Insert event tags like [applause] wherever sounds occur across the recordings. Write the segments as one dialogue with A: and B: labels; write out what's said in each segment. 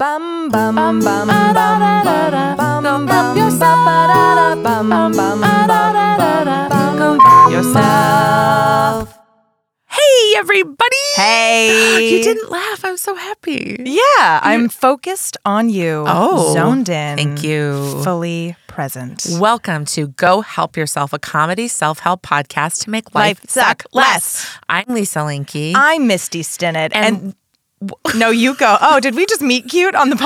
A: Bum bum bum bum bum bum bum bum yourself. Bum bum bum bum bum yourself.
B: Hey, everybody! [gasps]
A: Hey,
B: You didn't laugh. I'm so happy.
A: Yeah, I'm focused on you.
B: Oh,
A: zoned in.
B: thank you.
A: Fully present.
B: Welcome to Go Help Yourself, a comedy self help podcast to make life,
A: Life suck
B: I'm Lisa Linky.
A: I'm Misty Stinnett, and,
B: And-
A: no, you go. Oh, did we just meet cute on the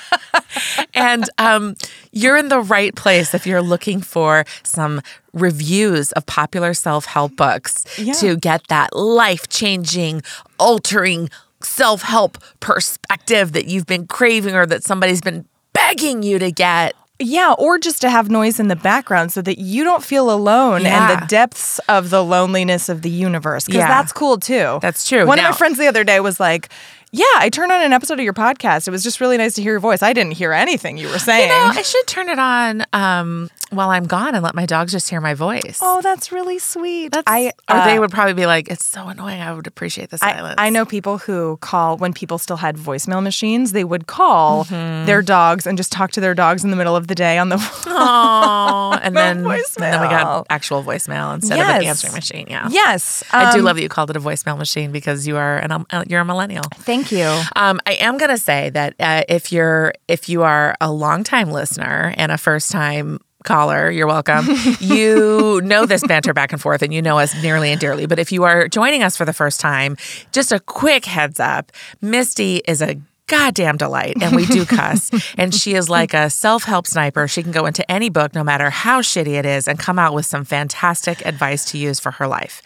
A: [laughs] podcast?
B: and [laughs] um, you're in the right place if you're looking for some reviews of popular self help books
A: Yeah.
B: to get that life changing, altering self help perspective that you've been craving or that somebody's been begging you to get.
A: yeah, or just to have noise in the background so that you don't feel alone in
B: Yeah.
A: the depths of the loneliness of the universe. Because
B: Yeah.
A: that's cool too.
B: That's true.
A: One of
B: Now-
A: my friends the other day was like, "Yeah, I turned on an episode of your podcast. It was just really nice to hear your voice. I didn't hear anything [laughs] you were saying."
B: No, I should turn it on um, while I'm gone and let my dogs just hear my voice.
A: oh, that's really sweet.
B: That's,
A: I
B: or
A: uh,
B: they would probably be like, "It's so annoying. I would appreciate the
A: I,
B: silence."
A: I know people who call when people still had voicemail machines, they would call their dogs and just talk to their dogs in the middle of the day [laughs] on the
B: Aw,
A: [laughs]
B: [laughs] and
A: The
B: then and then we
A: voicemail.
B: got actual voicemail instead of an
A: Yes.
B: answering machine. Yeah,
A: Yes.
B: I do
A: um,
B: love that you called it a voicemail machine because you are an um, uh, you're a millennial.
A: Thank you.
B: Um, I am gonna say that uh, if you're if you are a longtime listener and a first time caller,
A: [laughs]
B: you're welcome. you know this banter back and forth, and you know us nearly and dearly. But if you are joining us for the first time, just a quick heads up: Misty is a goddamn delight and
A: [laughs]
B: we do cuss and she is like a self-help sniper she can go into any book no matter how shitty it is and come out with some fantastic advice to use for her life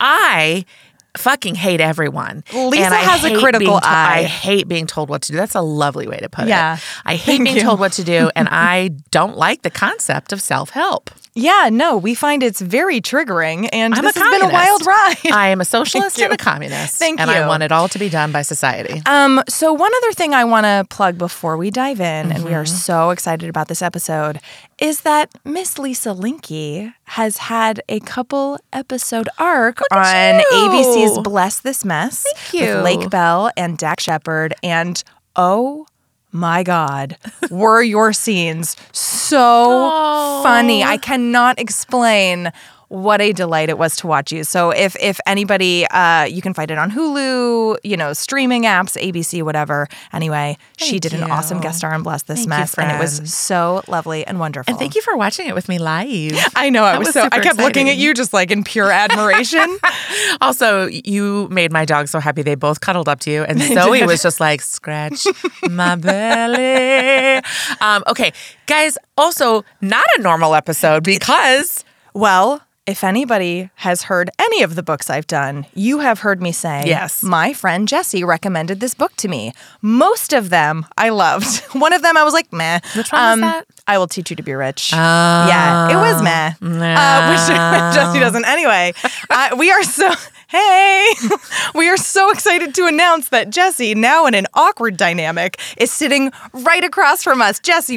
B: i fucking hate everyone
A: Lisa
B: and I
A: has a
B: hate
A: critical
B: being to-
A: eye.
B: I hate being told what to do. That's a lovely way to put
A: Yeah.
B: it. I hate
A: Thank
B: being
A: you.
B: told what to [laughs] do, and I don't like the concept of self help.
A: Yeah, no, we find it's very triggering, and
B: I'm
A: this
B: a
A: has been a wild
B: communist.
A: ride.
B: I am [laughs] a socialist
A: Thank
B: and a
A: you.
B: communist,
A: Thank
B: and
A: you.
B: I want it all to be done by society.
A: [laughs] Um, so one other thing I want to plug before we dive in, and we are
B: Mm-hmm.
A: so excited about this episode, is that Miss Lisa Linky has had a couple episode arc on ABC's
B: you.
A: Bless This Mess
B: you.
A: with Lake Bell and Dak Shepard, and oh my God, were your scenes so
B: Oh.
A: funny? I cannot explain what a delight it was to watch you. So if if anybody, uh, you can find it on Hulu, you know, streaming apps, ABC, whatever. Anyway, she
B: Thank
A: did an
B: you.
A: awesome guest star on Bless This
B: Thank you,
A: Mess, and it was
B: friend.
A: so lovely and wonderful.
B: And thank you for watching it with me live.
A: I know. I
B: That
A: was,
B: was
A: so. I
B: super
A: kept looking at
B: exciting.
A: you just like in pure
B: [laughs]
A: admiration.
B: [laughs] Also, you made my dog so happy. They both cuddled up to you, [laughs] and Zoe was just like, [laughs] "Scratch my belly." Um, okay, guys. Also, not a normal episode because
A: Well, if anybody has heard any of the books I've done, you have heard me say,
B: Yes.
A: my friend Jesse recommended this book to me. Most of them I loved. [laughs] One of them I was like, meh. Um,
B: Which one was that? Ah.
A: I Will Teach You to Be Rich. yeah, it was meh. Uh, which [laughs] Jesse doesn't. Anyway, I, we are so, hey, [laughs] we are so excited to announce that Jesse, now in an awkward dynamic, is sitting right across from us. Jesse,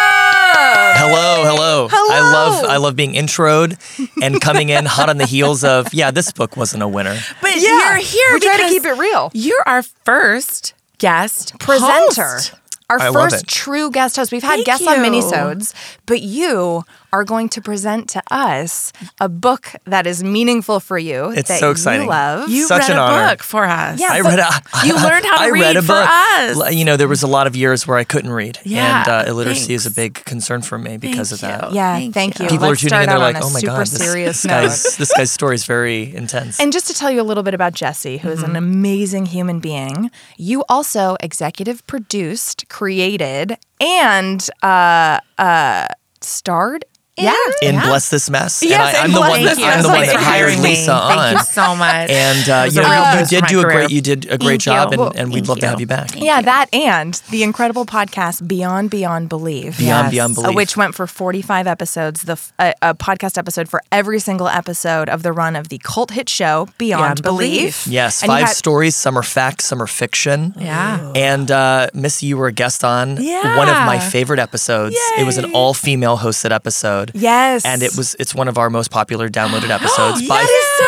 A: welcome.
C: Hello, hello.
A: Hello.
C: I love I love being introed and coming in hot on the heels of, yeah, this book wasn't a winner.
B: But
A: Yeah,
B: you're here.
A: we're trying to
B: because
A: keep it real.
B: You're our first guest
A: presenter.
B: host.
A: Our
C: I love
A: first
C: it.
A: true guest host. We've had
B: Thank
A: guests on
B: you.
A: minisodes, but you are going to present to us a book that is meaningful for you.
C: It's
A: that
C: so exciting.
A: You love.
B: You
C: Such
B: read
C: an
B: a
C: honor.
B: book for us.
A: Yeah.
C: I
A: but
C: read a, [laughs]
B: you learned how to
C: I
B: read
C: read a
B: for
C: book.
B: us.
C: L- You know, there was a lot of years where I couldn't read.
B: Yeah,
C: and uh, illiteracy is a
B: thanks.
C: big concern for me because
B: Thank
C: of that.
B: you.
A: yeah,
B: Thank
A: thank you.
B: you.
C: People
A: Let's
C: are tuning
A: start
C: in,
A: out
C: they're
A: on
C: like,
A: a
C: oh my
A: super
C: God, this,
A: serious
C: [laughs] this,
A: note.
C: guy's, this guy's story is very intense.
A: And just to tell you a little bit about Jesse, who is
B: Mm-hmm.
A: an amazing human being, you also executive produced, created, and uh, uh, starred. in?
B: Yeah.
C: in
B: Yeah.
C: Bless This Mess. and
A: Yes,
C: I,
A: in
C: I'm the
A: Bless
C: one,
A: This
C: I'm
A: Mess.
C: the one
A: Thanks
C: that
A: for
C: hired
A: hiring
B: me.
C: Lisa on.
B: Thank you so much.
C: And uh,
B: It was
C: you,
B: a real
C: know, you
B: boost for
C: did
B: my
C: do a
B: career.
C: great you did a
B: Thank
C: great job,
B: you.
C: and, and we'd
B: Thank
C: love to
B: you.
C: have you back.
A: Yeah, that and the incredible podcast Beyond Beyond Believe.
C: Beyond
B: Yes.
C: Beyond
B: Uh,
A: uh,
C: Belief.
A: which went for 45 episodes, the f- a, a podcast episode for every single episode of the run of the cult hit show Beyond,
B: Beyond
A: Belief.
B: Belief.
C: Yes,
A: And you
C: five
A: had-
C: stories. Some are fact, some are fiction.
B: Yeah.
C: And uh, Missy, you were a guest on one of my
B: Yeah.
C: favorite episodes. It was an all-female hosted episode.
A: Yes.
B: [gasps]
C: And it was it's one of our most popular downloaded episodes by
A: That is so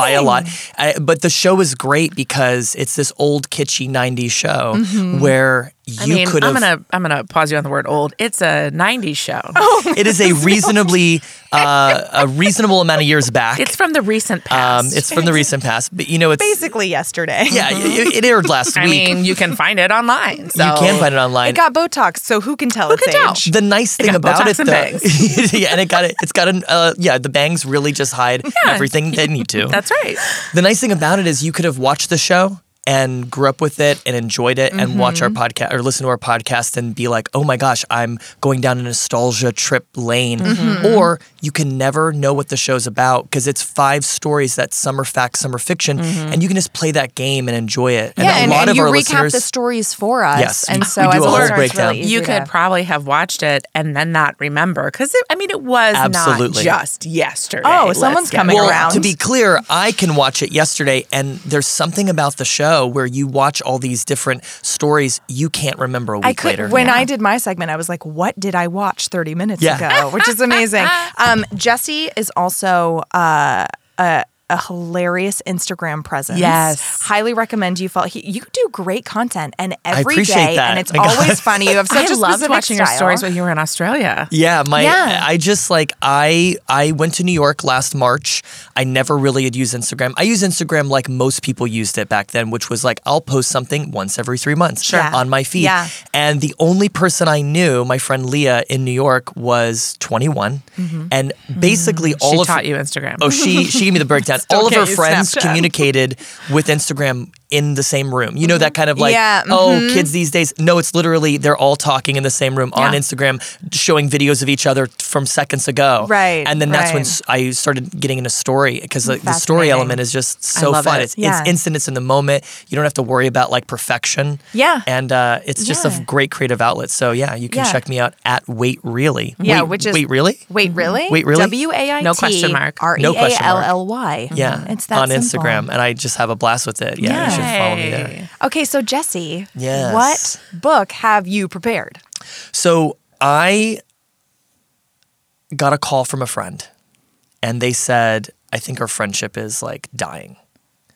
C: by a lot. I, but the show is great because it's this old kitschy '90s show where you
B: Mm-hmm. I mean,
C: could
B: I'm
C: have.
B: gonna I'm gonna pause you on the word old. It's a '90s show.
C: [laughs] It
B: [laughs]
C: is a reasonably uh, a reasonable amount of years back.
B: It's from the recent
C: um,
B: past.
C: it's from the recent past, but you know it's
A: Basically, yesterday.
C: yeah. It, it aired last
B: I
C: week.
B: mean, you can find it online. So
C: you can find it
A: [laughs]
C: online.
A: It got Botox, so who can tell its
B: can tell?
A: age?
C: the nice thing
B: got
C: about
B: Botox
C: it,
B: and
C: though,
B: bangs.
C: [laughs] yeah, and it got it. It's got an uh, yeah. The bangs really
A: [laughs]
C: just hide everything they need to.
B: [laughs] That's right.
C: The nice thing about it is you could have watched the show and grew up with it and enjoyed it and watch
A: Mm-hmm.
C: our podcast or listen to our podcast and be like, oh my gosh, I'm going down a nostalgia trip lane.
A: Mm-hmm.
C: Or you can never know what the show's about because it's five stories that some are fact, some are fiction, and you can just play that game and enjoy it.
A: Mm-hmm. yeah, and,
C: a lot
A: and
C: of
A: you
C: our
A: recap
C: listeners,
A: the stories for us.
C: Yes,
A: and
C: we-
A: so
C: we do
A: as
C: a whole
A: listeners, it's
C: breakdown.
A: really easy
B: you could
A: to-
B: probably have watched it and then not remember because I mean it was
C: Absolutely.
B: not just yesterday.
A: Oh,
B: Let's
A: someone's
B: get
A: coming
B: real.
C: well,
A: around.
C: To be clear, I can watch it yesterday, and there's something about the show where you watch all these different stories you can't remember a week
A: I could
C: later.
A: when I did my segment, I was like, "What did I watch 30 minutes
C: Yeah.
A: ago?" Which is amazing.
C: [laughs]
A: um, Jesse is also uh, a, a hilarious Instagram presence.
B: Yes.
A: highly recommend you follow. He, you do great content, and every day,
C: appreciate that. [laughs]
A: and it's
C: My God.
A: always funny. You have such
B: I
A: a
B: loved
A: specific
B: watching your
A: style.
B: stories when you were in Australia.
C: Yeah, my
A: Yeah.
C: I just like I I went to New York last March. I never really had used Instagram. I use Instagram like most people used it back then, which was like I'll post something once every three months
A: Sure. Yeah.
C: on my feed.
A: Yeah.
C: And the only person I knew, my friend Leah in New York, was 21,
A: Mm-hmm.
C: and basically all
B: She
C: of
B: taught you Instagram.
C: Oh, she she gave me
A: [laughs]
C: the breakdown. All of
B: can't
C: her
B: use
C: friends
B: Snapchat.
C: communicated with Instagram in the same room. You know that kind of like,
A: Yeah, mm-hmm.
C: oh, kids these days. No, it's literally they're all talking in the same room on Instagram, showing videos of each other from seconds ago.
A: Right,
C: and then that's when
A: right.
C: s- I started getting into story because the, the story
A: Fascinating.
C: element is just so
B: love
C: fun.
B: it.
C: It's,
A: Yeah.
C: it's instant. It's in the moment. You don't have to worry about like perfection.
A: Yeah.
C: and uh, it's just
A: Yeah.
C: a great creative outlet. So yeah, you can
A: Yeah.
C: check me out at Wait Really.
A: Yeah,
C: Wait-
A: which is-
C: Wait Really.
A: Wait, really?
C: Mm-hmm. Wait, really?
A: W A I T
B: No question mark.
A: R E
C: No
A: A
C: question
A: L
C: mark.
A: L Y. Hmm.
C: Yeah,
A: Mm-hmm. it's that
C: on
A: simple.
C: Instagram, and I just have a blast with it. Yeah, you should follow me there.
B: Yay.
A: Okay, so Jesse,
C: Yes.
A: what book have you prepared?
C: So I got a call from a friend, and they said, "I think our friendship is like dying."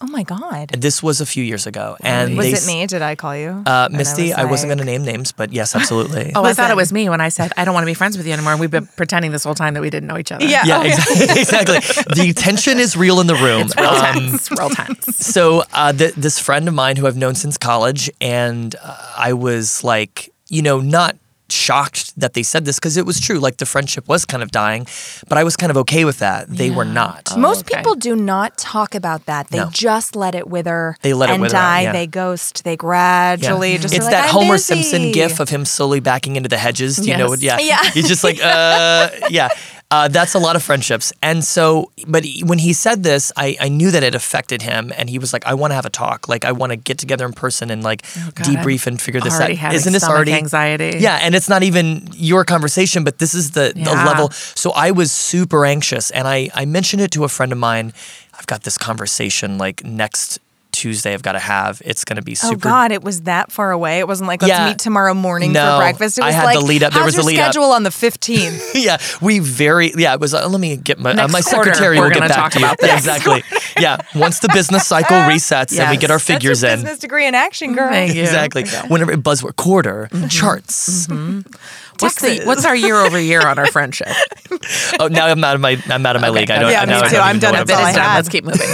A: Oh my God.
C: And this was a few years ago, and
A: Was
C: they
A: it
C: s-
A: me? Did I call you?
C: Uh,
A: And
C: Misty, I, was not
A: like-
C: going to name names, but yes, absolutely.
A: [laughs]
B: Oh, I thought
A: Listen.
B: it was me when I said I don't want to be friends with you anymore. We've been pretending this whole time that we didn't know each other.
A: [laughs] Yeah.
C: yeah,
A: oh,
C: exa- [laughs] exactly. The tension is real in the
A: [laughs]
C: room.
B: It's real tense. Real
C: [laughs]
B: tense.
C: so uh, th- this friend of mine who I've known since college, and uh, I was like, you know, not shocked that they said this because it was true. Like the friendship was kind of dying, but I was kind of okay with that. They were not.
A: Most
B: okay.
A: people do not talk about that. They
C: No.
A: just let it wither.
C: They let it
A: and
C: wither out,
A: die.
C: yeah.
A: They ghost. They
C: Yeah.
A: gradually just. are
C: it's
A: like,
C: that
A: "I'm
C: Homer
A: busy."
C: Simpson gif of him slowly backing into the hedges. Do you know what?
B: Yes.
C: Yeah.
A: Yeah.
C: He's just like, uh, yeah. Uh, that's a lot of friendships. And so, but he- when he said this, I, I knew that it affected him. And he was like, I want to have a talk. Like, I want to get together in person and like
B: God,
C: debrief and figure this out.
B: already having
C: Isn't this
B: stomach
C: already
B: anxiety.
C: Yeah. And it's not even your conversation, but this is the, the
B: Yeah.
C: level. So I was super anxious. And I, I mentioned it to a friend of mine. I've got this conversation like next Tuesday, I've got to have. It's going to be
A: Oh
C: super
A: God! It was that far away. It wasn't like let's
C: Yeah.
A: meet tomorrow morning
C: No,
A: for breakfast. It
C: I
A: was
C: had
A: like
C: the lead up. There
A: how's
C: was
A: your
C: the lead up.
A: schedule on the
C: [laughs]
A: fifteenth.
C: yeah, we very yeah. It was uh, let me get my uh,
B: Next
C: my
B: quarter,
C: secretary
B: we're
C: will get
B: gonna
C: back
B: talk
C: to you.
B: about this. [laughs]
C: Exactly. yeah, once the business cycle resets and we
B: Yes.
C: get our
B: That's
C: figures
A: That's your
C: in.
A: business degree in action, girl.
B: Thank you. Mm-hmm.
C: Exactly. Whenever buzzword quarter charts.
B: What's the
A: Texas.
B: what's our year over year on our friendship?
C: Oh, now I'm out of my I'm out of my league. I don't.
A: Yeah,
C: now
A: me
C: I [laughs] don't
A: too.
C: even
A: I'm
C: know
A: done.
C: what
A: That's
B: Bit
A: all
B: is
A: I
B: done.
A: had.
B: Let's keep moving.
C: [laughs]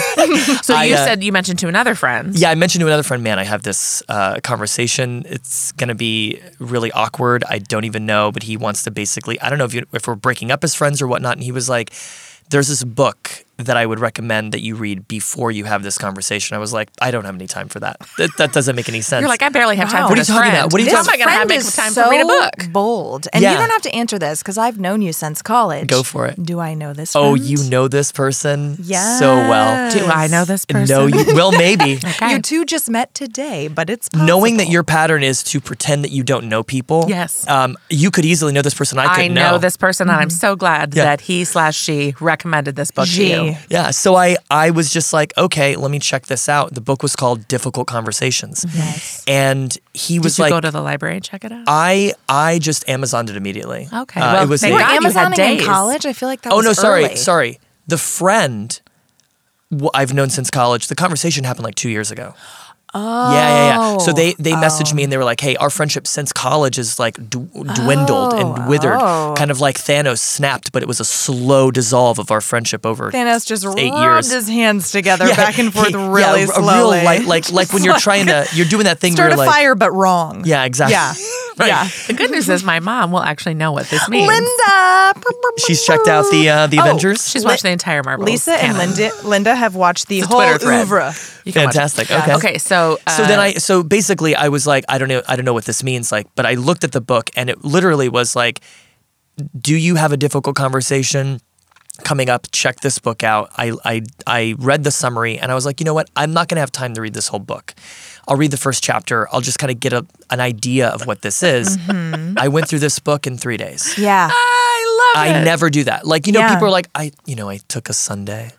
B: So
C: I,
B: you
C: uh,
B: said you mentioned to another friend.
C: Yeah, I mentioned to another friend, man, I have this uh, conversation. It's going to be really awkward. I don't even know, but he wants to basically, I don't know if, you, if we're breaking up as friends or whatnot. And he was like, there's this book that I would recommend that you read before you have this conversation. I was like, I don't have any time for that. That, that doesn't make any
B: [laughs]
C: sense.
B: You're like, I barely have time
A: Wow. What
B: for
A: are
B: this
C: you talking
B: friend.
C: about? What are you
B: How
A: This
C: talking
B: am I going to
A: friend
B: have make
A: is
B: time for me to
A: so
B: book?
A: Bold, and you
C: Yeah.
A: don't have to answer this because I've known you since college.
C: Go for it.
A: Do I know this?
C: oh,
A: friend?
C: you know this person
A: Yes.
C: so well.
B: Do I know this person?
C: No, you, [laughs]
B: [laughs]
C: well, maybe.
B: Okay.
A: You two just met today, but it's possible.
C: knowing that your pattern is to pretend that you don't know people.
B: Yes.
C: Um, you could easily know Mm-hmm. this person. I could
B: I know this person, and I'm so glad that he slash she recommended this book
A: Gee.
B: to you.
C: Yeah, so I I was just like, okay, let me check this out. The book was called Difficult Conversations.
B: Yes.
C: And he was
B: Did you
C: like
B: go to the library and check it out?
C: I I just Amazoned it immediately.
B: Okay.
C: Uh,
B: Well,
C: it was
B: thank
C: a-
B: God you had
A: Amazon in
B: days.
A: college. I feel like that.
C: Oh
A: was
C: no, sorry,
A: early.
C: sorry. The friend wh- I've known since college. The conversation happened like two years ago. Oh. Yeah, yeah, yeah. So they they messaged me and they were like, "Hey, our friendship since college is like d- dwindled and withered,
A: Oh.
C: kind of like Thanos snapped, but it was a slow dissolve of our friendship over
A: Thanos just
C: eight
A: rubbed
C: years.
A: his hands together back and forth
C: He- yeah,
A: really
C: a- a
A: slowly.
C: real light,
A: [laughs]
C: like like when you're trying to you're doing that thing
A: Start a
C: where you're like,
A: fire, but wrong.
C: yeah, exactly,
A: Yeah.
C: [laughs] right.
A: Yeah.
B: The good news is my mom will actually know what
C: [laughs]
B: this means.
A: Linda.
C: She's checked out the uh, the
A: Oh,
C: Avengers.
B: She's watched the entire Marvel.
A: Lisa and Linda Linda have watched the
B: It's a
A: whole
B: Twitter thread.
A: oeuvre.
C: Fantastic. Okay.
B: Okay, so uh,
C: So then I so basically I was like I don't know I don't know what this means like but I looked at the book and it literally was like do you have a difficult conversation coming up check this book out I I I read the summary and I was like you know what I'm not going to have time to read this whole book I'll read the first chapter I'll just kind of get a, an idea of what this is
A: Mm-hmm.
C: I went through this book in 3 days
A: Yeah.
B: I love
C: I
B: it.
C: never do that. Like, you know,
A: Yeah.
C: people are like, I, you know, I took a Sunday,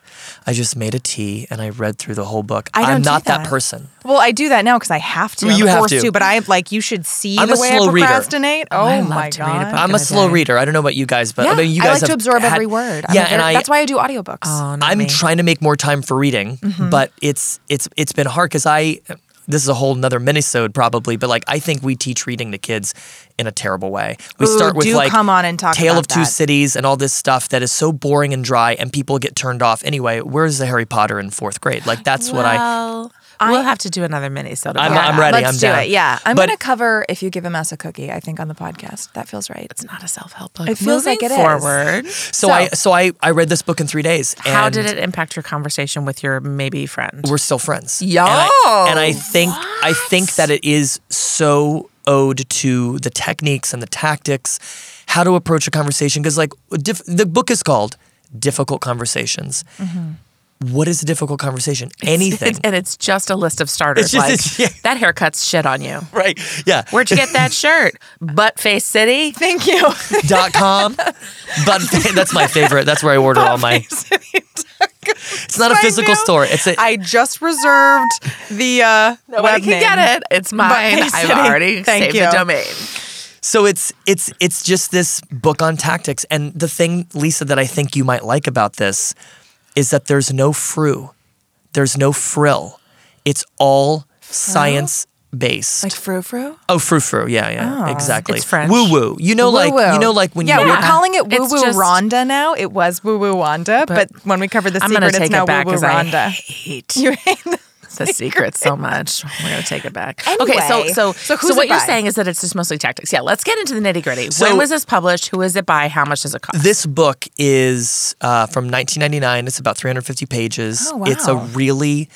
C: I just made a tea and I read through the whole book.
A: I don't
C: I'm
A: do
C: not that.
A: that.
C: person.
A: Well, I do that now because I have to.
C: Well,
A: I'm
C: you have
A: forced
C: to.
A: But I like you should see
C: I'm
A: the
C: a
A: way
C: slow
A: I
C: reader.
A: procrastinate. Oh,
B: I love
A: my
B: to read a
A: god.
B: book.
C: I'm
B: Back in
C: a
B: the
C: slow
B: day.
C: reader. I don't know about you guys, but I
A: Yeah,
C: mean, you
A: I
C: guys
A: like
C: have
A: to absorb
C: had-
A: every word. I'm
C: yeah,
A: a
C: and
A: very-
C: I,
A: that's why I do audiobooks.
B: Oh, not
C: I'm
B: me.
C: trying to make more time for reading,
A: Mm-hmm.
C: but it's it's it's been hard because I. This is a whole nother minisode probably, but like I think we teach reading to kids in a terrible way. We
A: Ooh,
C: start with
A: do
C: like
A: come on and talk
C: Tale
A: about
C: of Two
A: that.
C: Cities and all this stuff that is so boring and dry, and people get turned off anyway. Where's the Harry Potter in fourth grade? Like that's what I
B: Well, we'll have to do another mini soda.
C: I'm- I'm ready.
A: Let's do
C: down.
A: it. Yeah, I'm
C: But-
A: gonna cover if you give a mouse a cookie. I think on the podcast that feels right.
B: It's not a self help book.
A: It feels like
B: Moving
A: it is.
B: forward.
C: So, I so I I read this book in three days. And
B: How did it impact your conversation with your maybe friend?
C: We're still friends. Yeah. And I, and I think I think that it is so owed to the techniques and the tactics, how to approach a conversation. Because like diff- the book is called Difficult Conversations. What is a difficult conversation? Anything.
B: Mm-hmm. [laughs] It's- and it's just a list of starters.
C: It's just-
B: like,
C: it's- [laughs] yeah.
B: That haircut's shit on you.
C: right. Yeah.
B: Where'd
C: [laughs]
B: you get that shirt? Butt Face City.
A: Thank you. [laughs]
C: dot com. But [laughs] that's my favorite. That's where I order all
B: [laughs]
C: my. It's not a
A: my
C: physical
A: new-
C: store. It's a
A: I just reserved the uh,
B: Nobody
A: web
B: can
A: name.
B: get it. It's mine.
A: Face
B: I've
A: City.
B: already
A: Thank
B: saved
A: you.
B: the domain.
C: So it's it's it's just this book on tactics. And the thing, Lisa, that I think you might like about this is that there's no frou, there's no frill. It's all science based.
A: Like frou frou.
C: oh, frou frou, yeah, yeah, exactly.
B: Ah, It's French.
C: Woo woo. You know, like
A: Woo-woo.
C: you know, like when
A: yeah,
C: you
A: we're
B: Yeah.
A: calling it woo
B: It's
A: woo
B: just-
A: Rhonda now. It was woo woo Wanda, but, when we covered the
B: I'm
A: secret,
B: gonna
A: it's
B: take
A: now
B: it back
A: woo woo
B: because I
A: Rhonda. [laughs]
B: hate
A: You hate the- [laughs]
B: the secret so much. We're gonna take it back. okay, so
A: Anyway, so
B: so so,
A: who's it
B: what you're
A: by?
B: saying is that it's just mostly tactics. Yeah, let's get into the nitty gritty.
C: So-
B: when was this published? Who is it by? How much does it cost?
C: This book is uh, from 1999. It's about 350 pages.
A: Oh,
C: It's a
A: wow.
C: really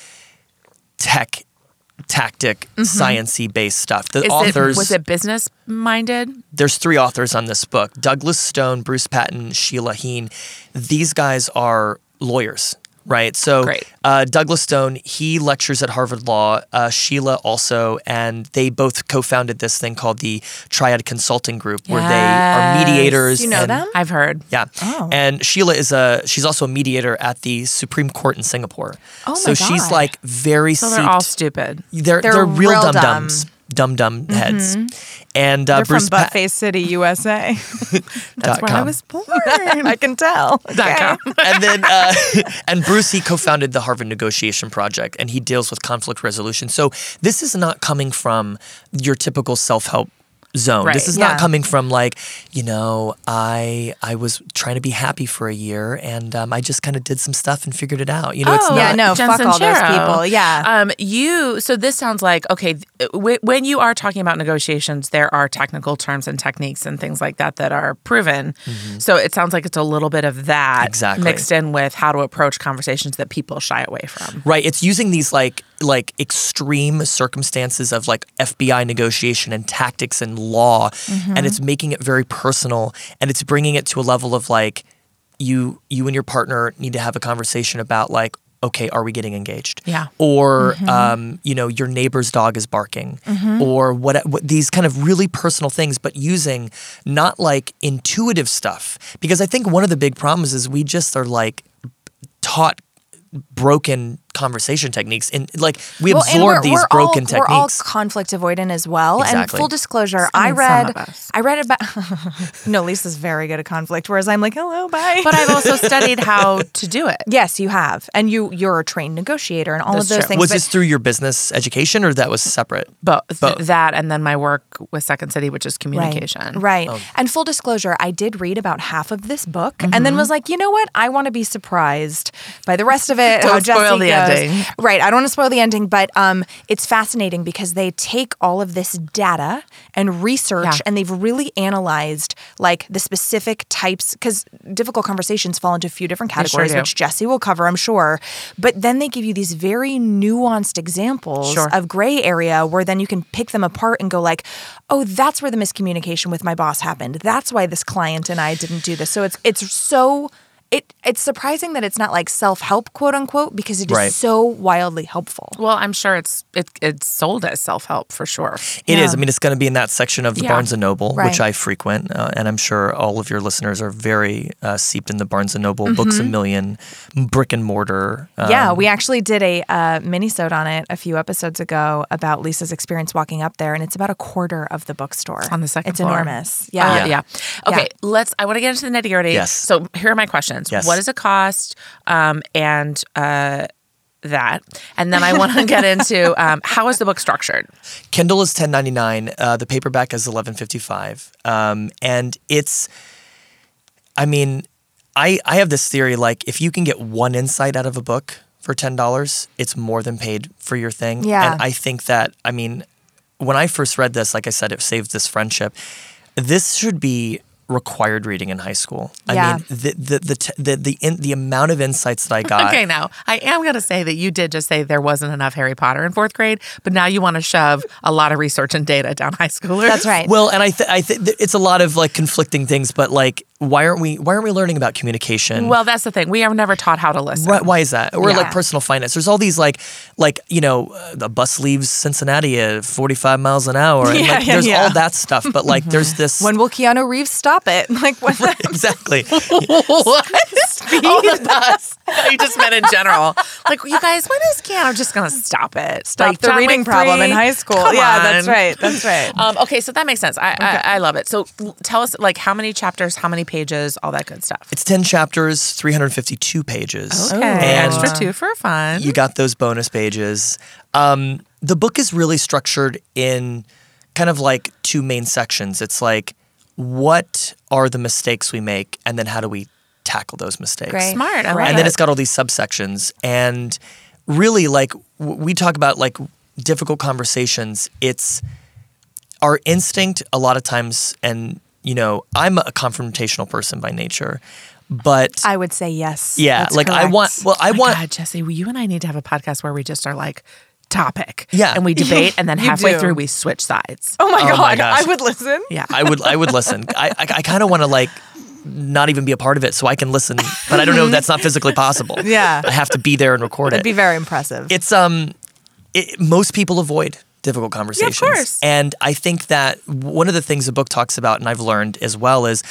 C: tech, tactic, sciency based stuff. The
B: Mm-hmm. Is
C: authors
B: it, was it business minded?
C: there's three authors on this book Douglas Stone, Bruce Patton, Sheila Heen. These guys are lawyers, right? So,
B: Great.
C: Uh, Douglas Stone, he lectures at Harvard Law, uh, Sheila also, and they both co founded this thing called the Triad Consulting Group, where they are
B: Yes.
C: mediators.
A: Do you know
C: and-
A: them?
B: I've heard.
C: Yeah. And Sheila is a she's also a mediator at the Supreme Court in Singapore.
A: Oh my
C: so she's
A: God.
C: like very
B: So they're
C: seeked-
B: all stupid.
C: they're,
A: They're
C: they're real
A: real
C: dum dums. Dum dum heads. And uh,
A: They're
C: Bruce
A: from Butt
C: Pat-
A: Face City, [laughs] USA.
B: That's where I
C: com.
B: was born.
A: [laughs] I can tell. Okay.
B: Dot com.
C: and then uh, [laughs] and Bruce he co-founded the Harvard Negotiation Project and he deals with conflict resolution. So this is not coming from your typical self-help zone. This
B: Right.
C: is
A: Yeah.
C: not coming from like, you know, I I was trying to be happy for a year and um, I just kind of did some stuff and figured it out. You know, it's
B: Oh,
C: not
A: Yeah, no,
B: Jen
A: fuck all those
B: Sincero.
A: people. Yeah.
B: Um, you. So this sounds like okay. th- w- when you are talking about negotiations, there are technical terms and techniques and things like that that are proven. So it sounds like it's a little bit of that
C: Mm-hmm. Exactly.
B: mixed in with how to approach conversations that people shy away from.
C: Right, it's using these like like extreme circumstances of like FBI negotiation and tactics and law and it's making it very personal and it's bringing it to a level of like you you and your partner need to have a conversation about like okay are we getting engaged
B: Yeah.
C: or um, you know your neighbor's dog is barking or what, what these kind of really personal things but using not like intuitive stuff because i think one of the big problems is we just are like taught broken conversation techniques. And like we
A: Well, and
C: absorb
A: we're-
C: these
A: we're all-
C: broken
A: We're all
C: techniques.
A: conflict avoidant as well. And
C: Exactly.
A: full disclosure, I
B: mean, some
A: read,
B: of us.
A: I read about. [laughs] no, Lisa's very good at conflict, whereas I'm like, hello, bye.
B: But I've also studied
C: [laughs]
B: how to do it.
A: yes, you have, and you you're a trained negotiator and all
B: That's
A: of those
B: true.
A: things.
C: was
A: but-
C: this through your business education or that was separate?
B: Both,
C: Both.
B: that and then my work with Second City, which is communication.
A: Right.
B: Oh.
A: And full disclosure, I did read about half of this book and
B: Mm-hmm.
A: then was like, you know what? I want to be surprised by the rest of it.
B: Don't
A: how Jesse
B: spoil the
A: goes.
B: ending.
A: Right. I don't want to spoil the ending, but um, it's fascinating because they take all of this data and research
B: Yeah.
A: and they've really analyzed like the specific types because difficult conversations fall into a few different
B: sure
A: categories,
B: do.
A: which Jesse will cover, I'm sure. But then they give you these very nuanced examples
B: Sure.
A: of gray area where then you can pick them apart and go like, "Oh, that's where the miscommunication with my boss happened. That's why this client and I didn't do this." So it's it's so it it's surprising that it's not like self-help quote unquote because it is
C: Right.
A: so wildly helpful.
B: Well, I'm sure it's it, it's sold as self help for sure.
C: It
A: Yeah.
C: is. I mean, it's going to be in that section of the
B: Yeah.
C: Barnes and Noble, which
A: Right.
C: I frequent, uh, and I'm sure all of your listeners are very uh, seeped in the Barnes and Noble,
A: Mm-hmm.
C: Books a Million, brick and mortar. Um,
A: yeah, we actually did a uh, mini-sode on it a few episodes ago about Lisa's experience walking up there, and it's about a quarter of the bookstore.
B: on the second
A: It's
B: floor.
A: enormous.
B: Uh,
A: Yeah.
B: yeah. Okay, let's. I want to get into the nitty gritty.
C: Yes.
B: So here are my questions.
C: Yes.
B: What does it cost? Um, and uh, that, and then I want to get into um, how is the book structured?
C: Kindle is 10.99. Uh, the paperback is 11.55, um, and it's. I mean, I I have this theory like if you can get one insight out of a book for ten dollars, it's more than paid for your thing.
A: Yeah.
C: And I think that I mean, when I first read this, like I said, it saved this friendship. This should be required reading in high school. I
A: Yeah.
C: mean, the the the t- the the, in, the amount of
A: [laughs]
C: insights that I got.
B: okay, now I am going to say that you did just say there wasn't enough Harry Potter in fourth grade, but now you want to shove a lot of research and data down high schoolers.
A: That's right.
C: Well, and I, th- I think it's a lot of like conflicting things, but like, why aren't we? Why aren't we learning about communication?
B: Well, that's the thing. We are never taught how to listen.
C: Why, why is that? Or
A: Yeah.
C: like personal finance. There's all these like, like you know, uh, the bus leaves Cincinnati at 45 miles an hour. And,
A: Yeah,
C: like,
A: yeah,
C: there's
A: yeah.
C: all that stuff. But like, there's
A: [laughs]
C: this.
A: When will Keanu Reeves stop it? [laughs] Like when
C: [laughs] exactly.
B: [laughs]
A: [laughs]
B: what? All the bus. You just meant in general. Like, you guys, when is Keanu just going to stop it? Stop
A: like the reading problem in high school. yeah, that's right. That's
C: [laughs]
A: right.
B: Um, okay, so that makes sense. I, I I love it. So l- tell us like how many chapters, how many pages, all that good stuff.
C: It's 10 chapters, 352 pages.
B: okay,
C: And
B: extra two for fun.
C: you got those bonus pages. Um, the book is really structured in kind of like two main sections. It's like, what are the mistakes we make, and then how do we tackle those mistakes?
A: Great.
B: Smart. I
A: Right.
B: love
C: and then
B: it.
C: it's got all these subsections and really like w- we talk about like difficult conversations it's our instinct a lot of times and you know i'm a confrontational person by nature but
A: I would say yes.
C: yeah
A: That's
C: like i
A: correct.
C: want well i
B: My
C: want
B: God, Jesse, well, you and I need to have a podcast where we just are like topic.
C: Yeah.
B: [laughs] And we debate, and then
A: You
B: halfway
A: do.
B: through we switch sides.
A: Oh my
C: Oh
A: god,
C: my gosh.
A: I would listen.
B: Yeah.
C: i would i would listen i i, I kind of want to like not even be a part of it so i can listen but i don't know if that's not physically possible
A: Yeah.
C: i have to be there and record it
A: It'd be very impressive.
C: it's um it, most people avoid difficult conversations
B: course.
C: and i think that one of the things the book talks about and i've learned as well is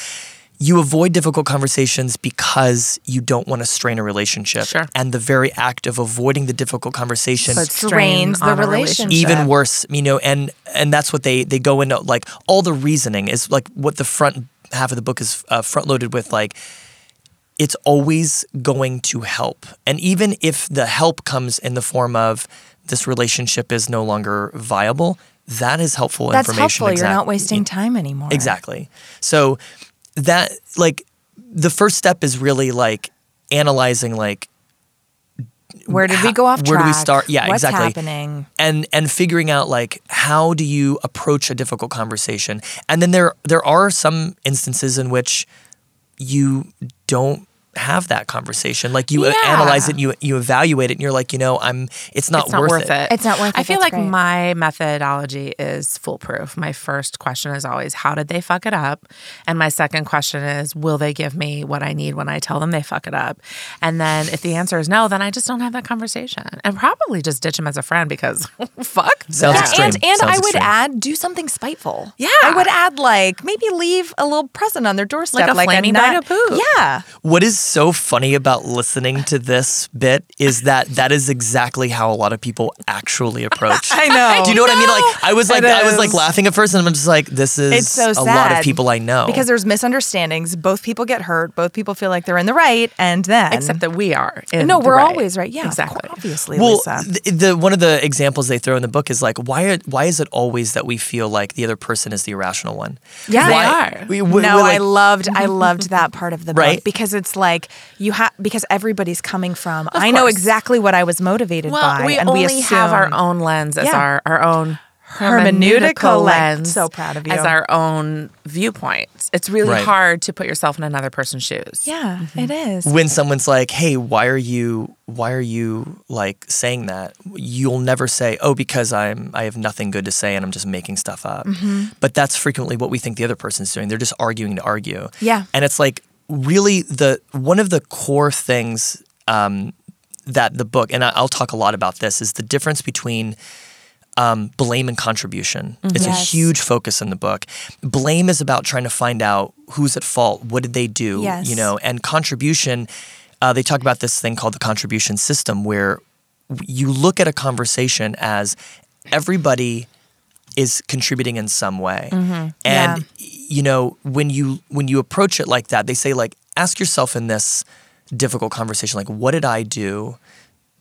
C: you avoid difficult conversations because you don't want to strain a relationship
B: Sure.
C: and the very act of avoiding the difficult conversation
B: Puts
A: strains
B: strain
A: the
B: on a
A: relationship.
B: relationship.
C: even worse you know and and that's what they they go into like all the reasoning is like what the front half of the book is uh, front loaded with like it's always going to help and even if the help comes in the form of this relationship is no longer viable that is helpful
A: That's
C: information
A: helpful. You're not
C: exact-
A: wasting time anymore.
C: Exactly. So that like the first step is really like analyzing like
A: Where did we
C: Ha-
A: go off track?
C: where do we start? Yeah,
A: What's
C: exactly.
A: happening?
C: and and figuring out like how do you approach a difficult conversation and then there there are some instances in which you don't have that conversation like you
B: Yeah.
C: analyze it you you evaluate it and you're like you know i'm it's not,
B: it's not worth, it.
A: It's not worth
B: I
A: it.
B: feel
A: That's
B: like
A: great.
B: my methodology is foolproof. My first question is always, how did they fuck it up? And my second question is, will they give me what I need when I tell them they fuck it up? And then if the answer is no, then I just don't have that conversation and probably just ditch them as a friend because [laughs] fuck.
C: Sounds
B: that.
C: extreme.
A: and and
C: Sounds
A: I would
C: extreme.
A: add, do something spiteful.
B: Yeah.
A: I would add like maybe leave a little present on their doorstep,
B: Like a
A: like
B: flaming
A: nut-
B: bag of poop.
A: Yeah,
C: what is so funny about listening to this bit is that that is exactly how a lot of people actually approach.
A: [laughs] I know.
C: Do you know what I mean? Like I was like
A: It
C: I was
A: is.
C: like laughing at first, and I'm just like, this is
A: It's so
C: a
A: sad.
C: lot of people I know.
A: Because there's misunderstandings. Both people get hurt. Both people feel like they're in the right, and then
B: Except that we are. in
A: no,
B: the
A: we're
B: right.
A: always right. Yeah, of
B: Exactly.
A: course, obviously,
C: well,
A: Lisa.
C: th- the one of the examples they throw in the book is like, why are, why is it always that we feel like the other person is the irrational one?
A: Yeah,
B: They
C: Why-
B: are.
C: We, we,
A: no,
C: we're like,
A: I loved I
C: [laughs]
A: loved that part of the book
C: Right?
A: because it's like you have because everybody's coming from I know
B: course.
A: exactly what I was motivated
B: Well,
A: by
B: we
A: and
B: only
A: we assume
B: have our own lens as
A: Yeah.
B: our our own
A: Hermeneutical
B: hermeneutical
A: lens.
B: lens.
A: So proud of you.
B: As our own viewpoints. It's really
C: Right.
B: hard to put yourself in another person's shoes.
A: Yeah,
C: Mm-hmm.
A: it is.
C: when someone's like, "Hey, why are you why are you like saying that?" You'll never say, "Oh, because I'm I have nothing good to say and I'm just making stuff up."
A: Mm-hmm.
C: But that's frequently what we think the other person's doing. They're just arguing to argue.
A: Yeah.
C: And it's like really the one of the core things um, that the book and I, I'll talk a lot about this is the difference between um, blame and contribution. It's
A: Mm-hmm. Yes.
C: a huge focus in the book. Blame is about trying to find out who's at fault, what did they do,
A: Yes.
C: you know, and contribution. Uh, they talk about this thing called the contribution system, where you look at a conversation as everybody is contributing in some way, and you know when you when you approach it like that, they say like ask yourself in this difficult conversation, like what did I do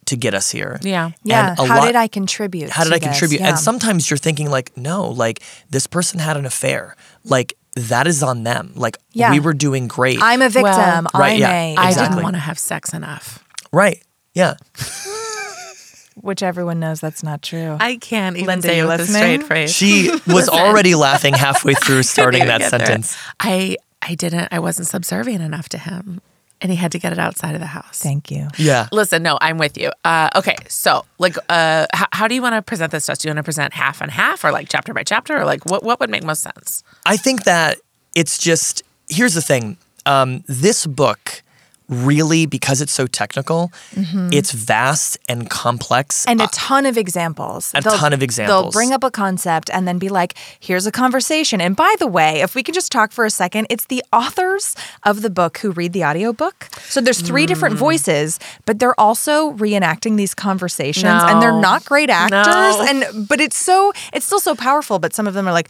C: to get us here?
B: Yeah.
A: Yeah,
C: And a
A: how
C: lot-
A: did I contribute?
C: how did
A: to
C: I
A: this?
C: contribute?
A: Yeah.
C: And sometimes you're thinking like, no, like this person had an affair. Like that is on them. Like
A: Yeah.
C: we were doing great.
A: I'm a victim.
B: Well,
A: I'm
C: right, yeah,
A: a
B: I
C: Exactly.
B: didn't want to have sex enough.
C: right. Yeah.
A: which everyone knows that's not true.
B: I can't even
A: Linda,
B: say
A: you
B: it with a
A: listening?
B: straight phrase. [laughs]
C: She was already laughing halfway through starting that
B: Get there.
C: sentence.
B: I I didn't I wasn't subservient enough to him. And he had to get it outside of the house.
A: Thank you.
C: Yeah.
B: Listen, no, I'm with you. Uh, okay, so like, uh, h- how do you want to present this to us? Do you want to present half and half, or like chapter by chapter, or like what what would make most sense?
C: I think that it's just here's the thing. Um, this book really, because it's so technical,
B: Mm-hmm.
C: it's vast and complex.
B: Uh,
A: and a ton of examples.
C: a ton of
A: They'll
C: examples.
A: bring up a concept and then be like, here's a conversation. And by the way, if we can just talk for a second, it's the authors of the book who read the audiobook. So there's three
B: Mm.
A: different voices, but they're also reenacting these conversations and they're
B: No.
A: not great actors.
B: No.
A: And but it's so it's still so powerful, but some of them are like,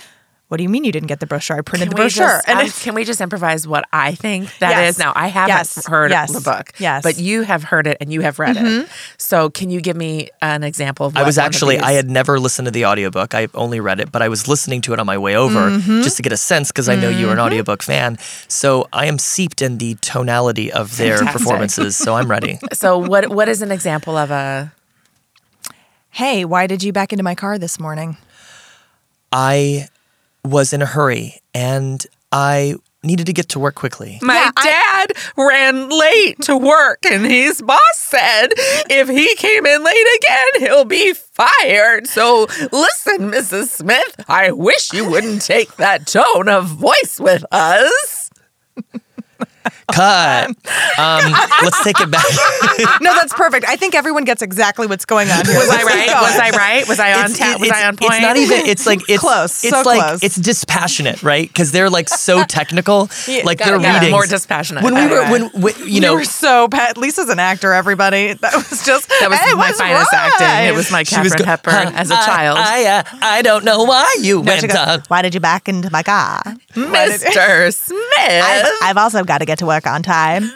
A: What do you mean you didn't get the brochure? I printed the
B: we
A: brochure.
B: just,
A: and
B: um,
A: it's
B: can we just improvise what I think that
A: Yes.
B: is? Now I haven't
A: Yes.
B: heard
A: Yes.
B: the book,
A: Yes.
B: but you have heard it and you have read it. So can you give me an example? of
C: I
B: what
C: was
B: one of
C: actually
B: these-
C: I had never listened to the audiobook. I only read it, but I was listening to it on my way over
B: Mm-hmm.
C: just to get a sense because I know you're an audiobook fan. So I am seeped in the tonality of their
B: Fantastic.
C: performances. So I'm
B: [laughs]
C: ready.
B: So what what is an example of a?
A: hey, why did you back into my car this morning? [laughs]
C: I was in a hurry and I needed to get to work quickly.
B: [laughs] My
A: Yeah,
B: dad ran late to work, and his boss said if he came in late again, he'll be fired. So listen, Mrs. Smith, I wish you wouldn't take that tone of voice with us. [laughs]
C: Cut. Um, let's take it back.
A: no, that's perfect. I think everyone gets exactly what's going on here.
B: Was I
A: Let's keep
B: right?
A: going.
B: Was I right? Was I [laughs] on
C: It's-
B: tap?
C: it-
B: Was
C: it's-
B: I on point?
C: It's not even. It's like it's
A: Close,
C: It's
A: so
C: like
A: close.
C: it's dispassionate, right? Because they're like
B: [laughs]
C: so technical. like
B: got
C: they're
B: it, got it.
C: reading
B: More dispassionate.
C: When we
B: Got it,
C: were
B: got
C: when, when you know
A: we were so bad. Lisa's an actor, everybody. [laughs] That was just
B: That was
A: it
B: my finest
A: right.
B: acting. It was my
C: She was
B: Catherine
C: go-
B: Hepburn
C: Huh,
B: as a
C: I-
B: child.
C: I, uh, I don't know why you
A: No, she
C: went
A: goes,
C: on.
A: Why did you back into my car?
B: Mr. Smith.
A: I've also got to get to work on time.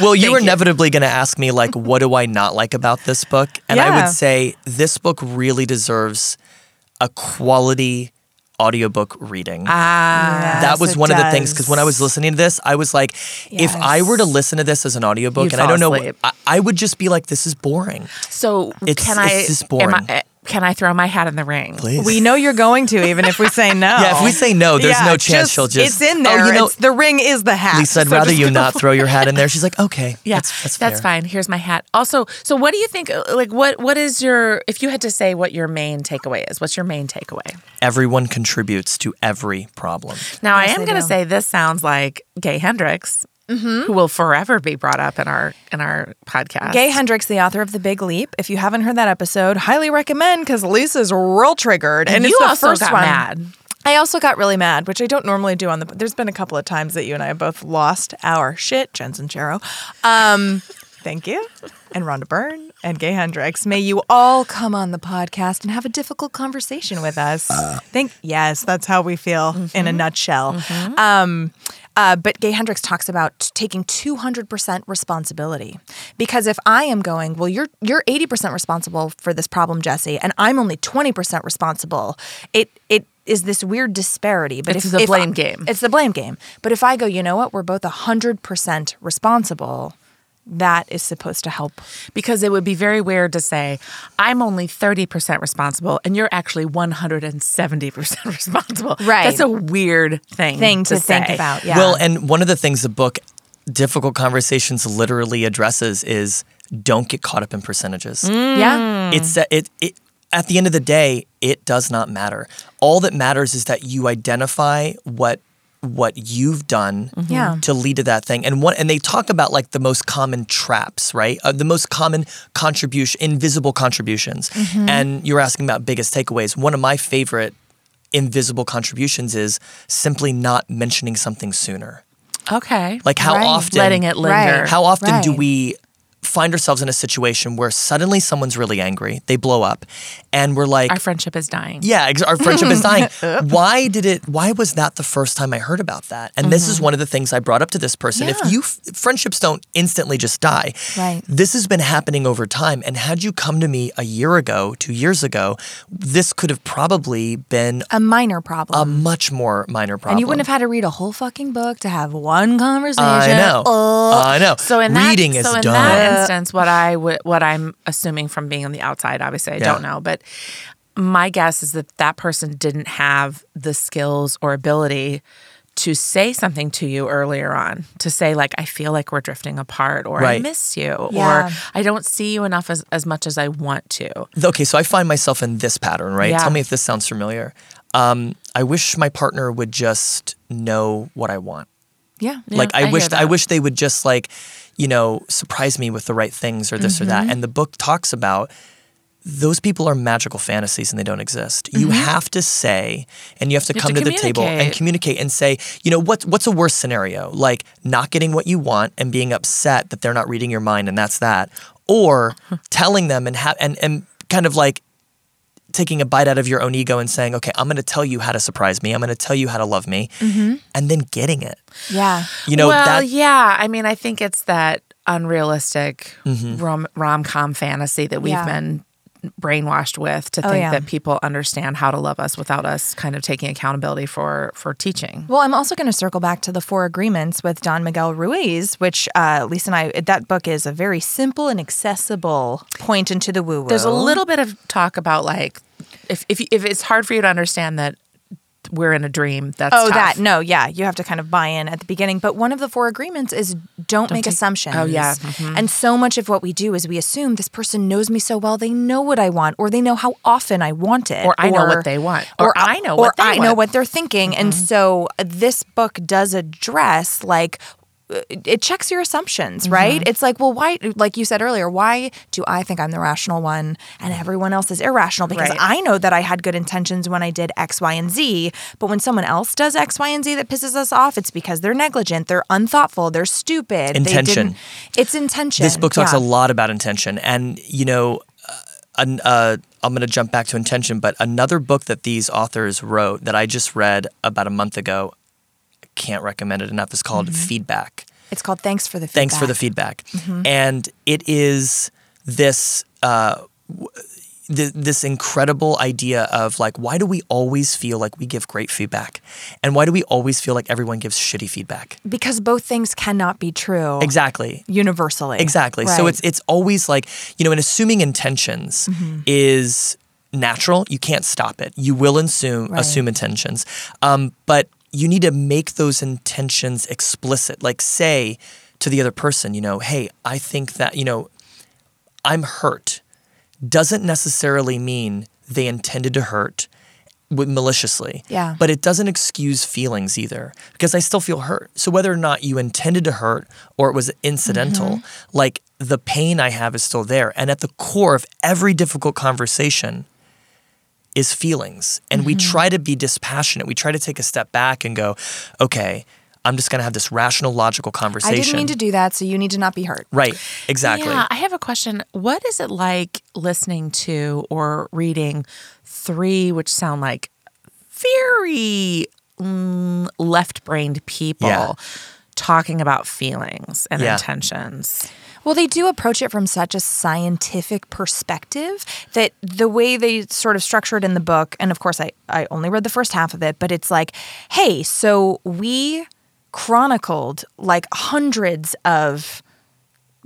C: Well, you
B: Thank
C: were
B: you.
C: inevitably going to ask
A: [laughs]
C: me like, what do I not like about this book? And I
A: Yeah.
C: would say this book really deserves a quality audiobook reading.
B: Ah.
C: that was
A: it
C: one of the things
A: does.
C: because when I was listening to this, I was like, if I were to listen to this as an audiobook,
B: You'd
C: and I
B: fall
C: don't know,
B: asleep.
C: I, I would just be like, this is boring.
B: So
C: It's-
B: can
C: it's
B: I?
C: just
B: am I-
C: boring.
B: can I throw my hat in the ring?
C: Please.
A: We know you're going to, even if we say no.
C: [laughs] yeah, if we say no, there's
A: Yeah,
C: no chance she'll
A: It's
C: just.
A: in there.
C: Oh, you know,
A: It's- the ring is the hat.
C: Lisa, I'd
A: So
C: rather
A: just
C: you
A: go- [laughs]
C: not throw your hat in there. She's like, okay,
B: Yeah,
C: that's, that's, fair.
B: fine. Here's my hat. Also, so what do you think? uh, Like, what what is your? If you had to say what your main takeaway is, what's your main takeaway?
C: Everyone contributes to every problem.
B: Now,
A: Yes,
B: I am
A: they
B: going to
A: do.
B: say this sounds like Gay Hendrix, who will forever be brought up in our in our podcast.
A: Gay Hendricks, the author of The Big Leap. If you haven't heard that episode, highly recommend because Lisa's real triggered, and
B: and you
A: it's the
B: also
A: first
B: got
A: one.
B: mad.
A: I also got really mad, which I don't normally do on the. There's been a couple of times that you and I have both lost our shit, Jensen Chero. Um, thank you, and Rhonda Byrne and Gay Hendricks. May you all come on the podcast and have a difficult conversation with us.
B: Uh.
A: Think yes, that's how we feel in
B: Mm-hmm.
A: a nutshell. Um, uh, but Gay Hendricks talks about t- taking 200% responsibility because if I am going, well, you're you're 80% responsible for this problem, Jesse, and I'm only 20% responsible. It it is this weird disparity. But
B: It's
A: if,
B: the
A: if
B: blame
A: I-
B: game.
A: It's the blame game. But if I go, you know what, we're both 100% responsible. That is supposed to help.
B: because it would be very weird to say I'm only 30% responsible and you're actually 170% [laughs] responsible.
A: Right.
B: That's a weird thing
A: Thing to think
B: say.
A: about, yeah.
C: Well, and one of the things the book Difficult Conversations literally addresses is don't get caught up in percentages.
A: Yeah.
C: It's that it, it at the end of the day, it does not matter. All that matters is that you identify what what you've done
A: Yeah.
C: to lead to that thing. And one and they talk about like the most common traps, right? Uh, the most common contribution invisible contributions. And you're asking about biggest takeaways. One of my favorite invisible contributions is simply not mentioning something sooner.
B: Okay.
C: Like how
A: Right.
C: often
B: letting it linger.
A: Right.
C: how often do
A: Right.
C: we find ourselves in a situation where suddenly someone's really angry, they blow up, and we're like,
B: Our friendship is dying.
C: yeah, ex- our friendship
B: [laughs]
C: is dying. Why did it? Why was that the first time I heard about that? And this is one of the things I brought up to this person.
B: Mm-hmm. Yeah.
C: If you f- friendships don't instantly just die,
A: Right.
C: This has been happening over time. And had you come to me a year ago, two years ago, this could have probably been
A: A minor problem.
C: a much more minor problem.
A: and you wouldn't have had to read a whole fucking book to have one conversation. Uh,
C: I know. I know.
B: Oh. So in that,
C: reading is
B: so in
C: dumb.
B: that instance, what I would, what I'm assuming from being on the outside, obviously I don't know, but my guess is that that person didn't have the skills or ability to say something to you earlier on to say like I feel like we're drifting apart or I
C: Right.
B: miss you
A: Yeah.
B: or I don't see you enough as, as much as I want to.
C: okay, so I find myself in this pattern, right?
B: Yeah.
C: Tell me if this sounds familiar. Um, I wish my partner would just know what I want.
A: Yeah.
C: like
B: I
C: I,
B: hear
C: wish I
B: that.
C: wish they would just like, you know, surprise me with the right things or this or
B: Mm-hmm.
C: that. And the book talks about those people are magical fantasies and they don't exist. You have to say and you have to
B: Mm-hmm. You have
C: come
B: to
C: to, the table and
B: communicate.
C: communicate and say, you know, what's what's a worse scenario? Like not getting what you want and being upset that they're not reading your mind and that's that.
B: [laughs]
C: Or telling them and ha- and and kind of like taking a bite out of your own ego and saying, "Okay, I'm going to tell you how to surprise me. I'm going to tell you how to love me."
B: Mm-hmm.
C: And then getting it.
A: Yeah.
C: You know,
B: well,
C: that
B: yeah. I mean, I think it's that unrealistic rom com fantasy that we've
A: Yeah. Oh,
B: been brainwashed with to think
A: yeah.
B: that people understand how to love us without us kind of taking accountability for for teaching.
A: Well, I'm also going to circle back to the Four Agreements with Don Miguel Ruiz, which uh, Lisa and I. That book is a very simple and accessible point into the woo woo.
B: There's a little bit of talk about like if if if it's hard for you to understand that we're in a dream, that's
A: Oh,
B: tough.
A: that no, yeah, you have to kind of buy in at the beginning. But one of the four agreements is don't, make assumptions.
B: Oh, yeah.
A: and so much of what we do is we assume this person knows me so well, they know what I want, or they know how often I want it,
B: Or I know what they want. Or I know what
A: or
B: they
A: I know
B: want.
A: what they're thinking. And
C: Mm-hmm.
A: so uh, this book does address like. uh, It checks your
C: Mm-hmm.
A: assumptions, right? It's like, well, why, like you said earlier, why do I think I'm the rational one and everyone else is irrational? Because
B: Right.
A: I I know that I had good intentions when I did X, Y, and Z, but when someone else does X, Y, and Z that pisses us off, it's because they're negligent, they're unthoughtful, they're stupid. they
C: Intention.
A: didn't- it's intention.
C: this book talks
A: yeah.
C: a lot about intention, and you know, uh, an, uh, I'm going to jump back to intention, but another book that these authors wrote that I just read about a month ago, I can't recommend it enough. is called Feedback.
A: It's called Thanks for the Feedback.
C: Thanks for the feedback, and it is this. Uh, w- th- this incredible idea of like why do we always feel like we give great feedback and why do we always feel like everyone gives shitty feedback
A: Because both things cannot be true
C: exactly
A: universally.
C: Exactly. So
A: Right.
C: it's it's always like, you know, and assuming intentions
A: Mm-hmm.
C: is natural. You can't stop it. You will assume
A: Right.
C: assume intentions. Um, but you need to make those intentions explicit. Like say to the other person, you know, hey, I think that, you know, I'm hurt doesn't necessarily mean they intended to hurt wi- maliciously.
A: Yeah.
C: But it doesn't excuse feelings either because I still feel hurt. So whether or not you intended to hurt or it was incidental,
A: Mm-hmm.
C: like the pain I have is still there. And at the core of every difficult conversation is feelings. And we
A: Mm-hmm.
C: try to be dispassionate. We try to take a step back and go, okay, I'm just going to have this rational, logical
A: I
C: conversation.
A: didn't mean to do that, so you need to not be hurt.
C: Right, exactly.
B: Yeah, I have a question. What is it like listening to or reading three, which sound like very mm, left brained people
C: Yeah.
B: talking about feelings and
C: Yeah.
B: intentions?
A: Well, they do approach it from such a scientific perspective that the way they sort of structure it in the book, and of course, I, I only read the first half of it, but it's like, hey, so we chronicled like hundreds of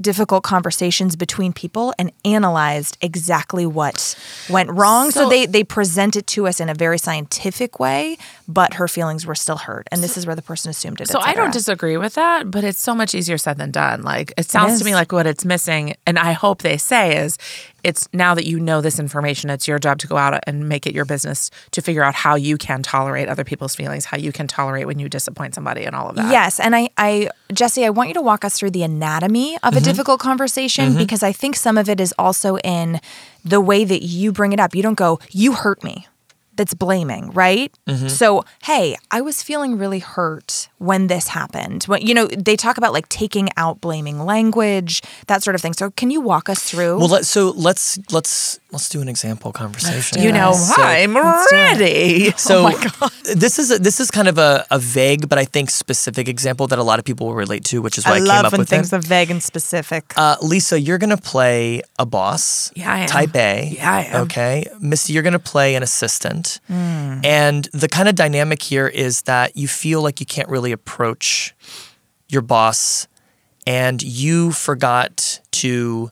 A: difficult conversations between people and analyzed exactly what went wrong so,
B: So-
A: they they present it to us in a very scientific way but her feelings were still hurt and this is where the person assumed it
B: So
A: et
B: I
A: cetera.
B: don't disagree with that, but it's so much easier said than done. Like it sounds
A: is.
B: to me like what it's missing, and I hope they say is it's now that you know this information, it's your job to go out and make it your business to figure out how you can tolerate other people's feelings, how you can tolerate when you disappoint somebody and all of that.
A: Yes, and I, I, Jesse, I want you to walk us through the anatomy of a difficult conversation because I think some of it is also in the way that you bring it up. You don't go, "You hurt me." That's blaming, right? So, hey, I was feeling really hurt when this happened. When you know, they talk about like taking out blaming language, that sort of thing. So, can you walk us through?
C: well, let, so let's let's let's do an example conversation.
B: You know, [laughs] Oh I'm ready.
C: So this is a, this is kind of a, a vague but I think specific example that a lot of people will relate to, which is why I, came up with it.
A: are vague and specific.
C: uh, Lisa, you're gonna play a boss.
B: Yeah, I am.
C: Type A.
B: Yeah, I am. Hmm.
C: Okay, Misty, you're gonna play an assistant, and the kind of dynamic here is that you feel like you can't really approach your boss, and you forgot to,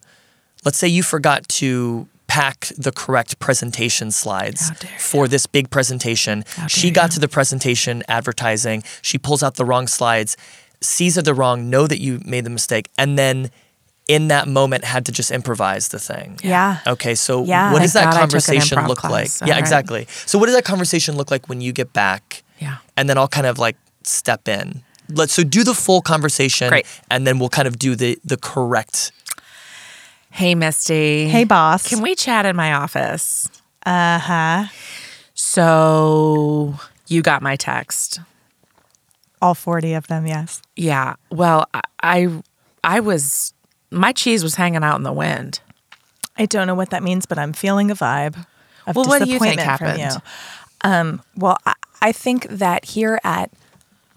C: let's say, you forgot to pack the correct presentation slides
B: How dare
C: for this big presentation. She got to the presentation advertising. She pulls out the wrong slides, sees that they're wrong, know that you made the mistake, and then in that moment had to just improvise the thing.
A: Yeah.
C: Okay. So
A: Yeah.
C: what
A: Thank
C: does that
B: God I took an
C: conversation
B: improv
C: look
B: class.
C: like?
B: All
C: yeah,
B: right.
C: exactly. So what does that conversation look like when you get back?
B: Yeah.
C: And then I'll kind of like step in. Let's so do the full conversation
B: Great.
C: and then we'll kind of do the the correct
B: Hey, Misty.
A: boss.
B: Can we chat in my office? Uh huh.
A: Uh-huh.
B: So you got my text.
A: all forty of them, yes.
B: Yeah. Well, I, I, I was, my cheese was hanging out in the wind.
A: I don't know what that means, but I'm feeling a vibe of
B: Well, what do you think
A: disappointment from you.
B: happened?
A: Um, well, I, I think that here at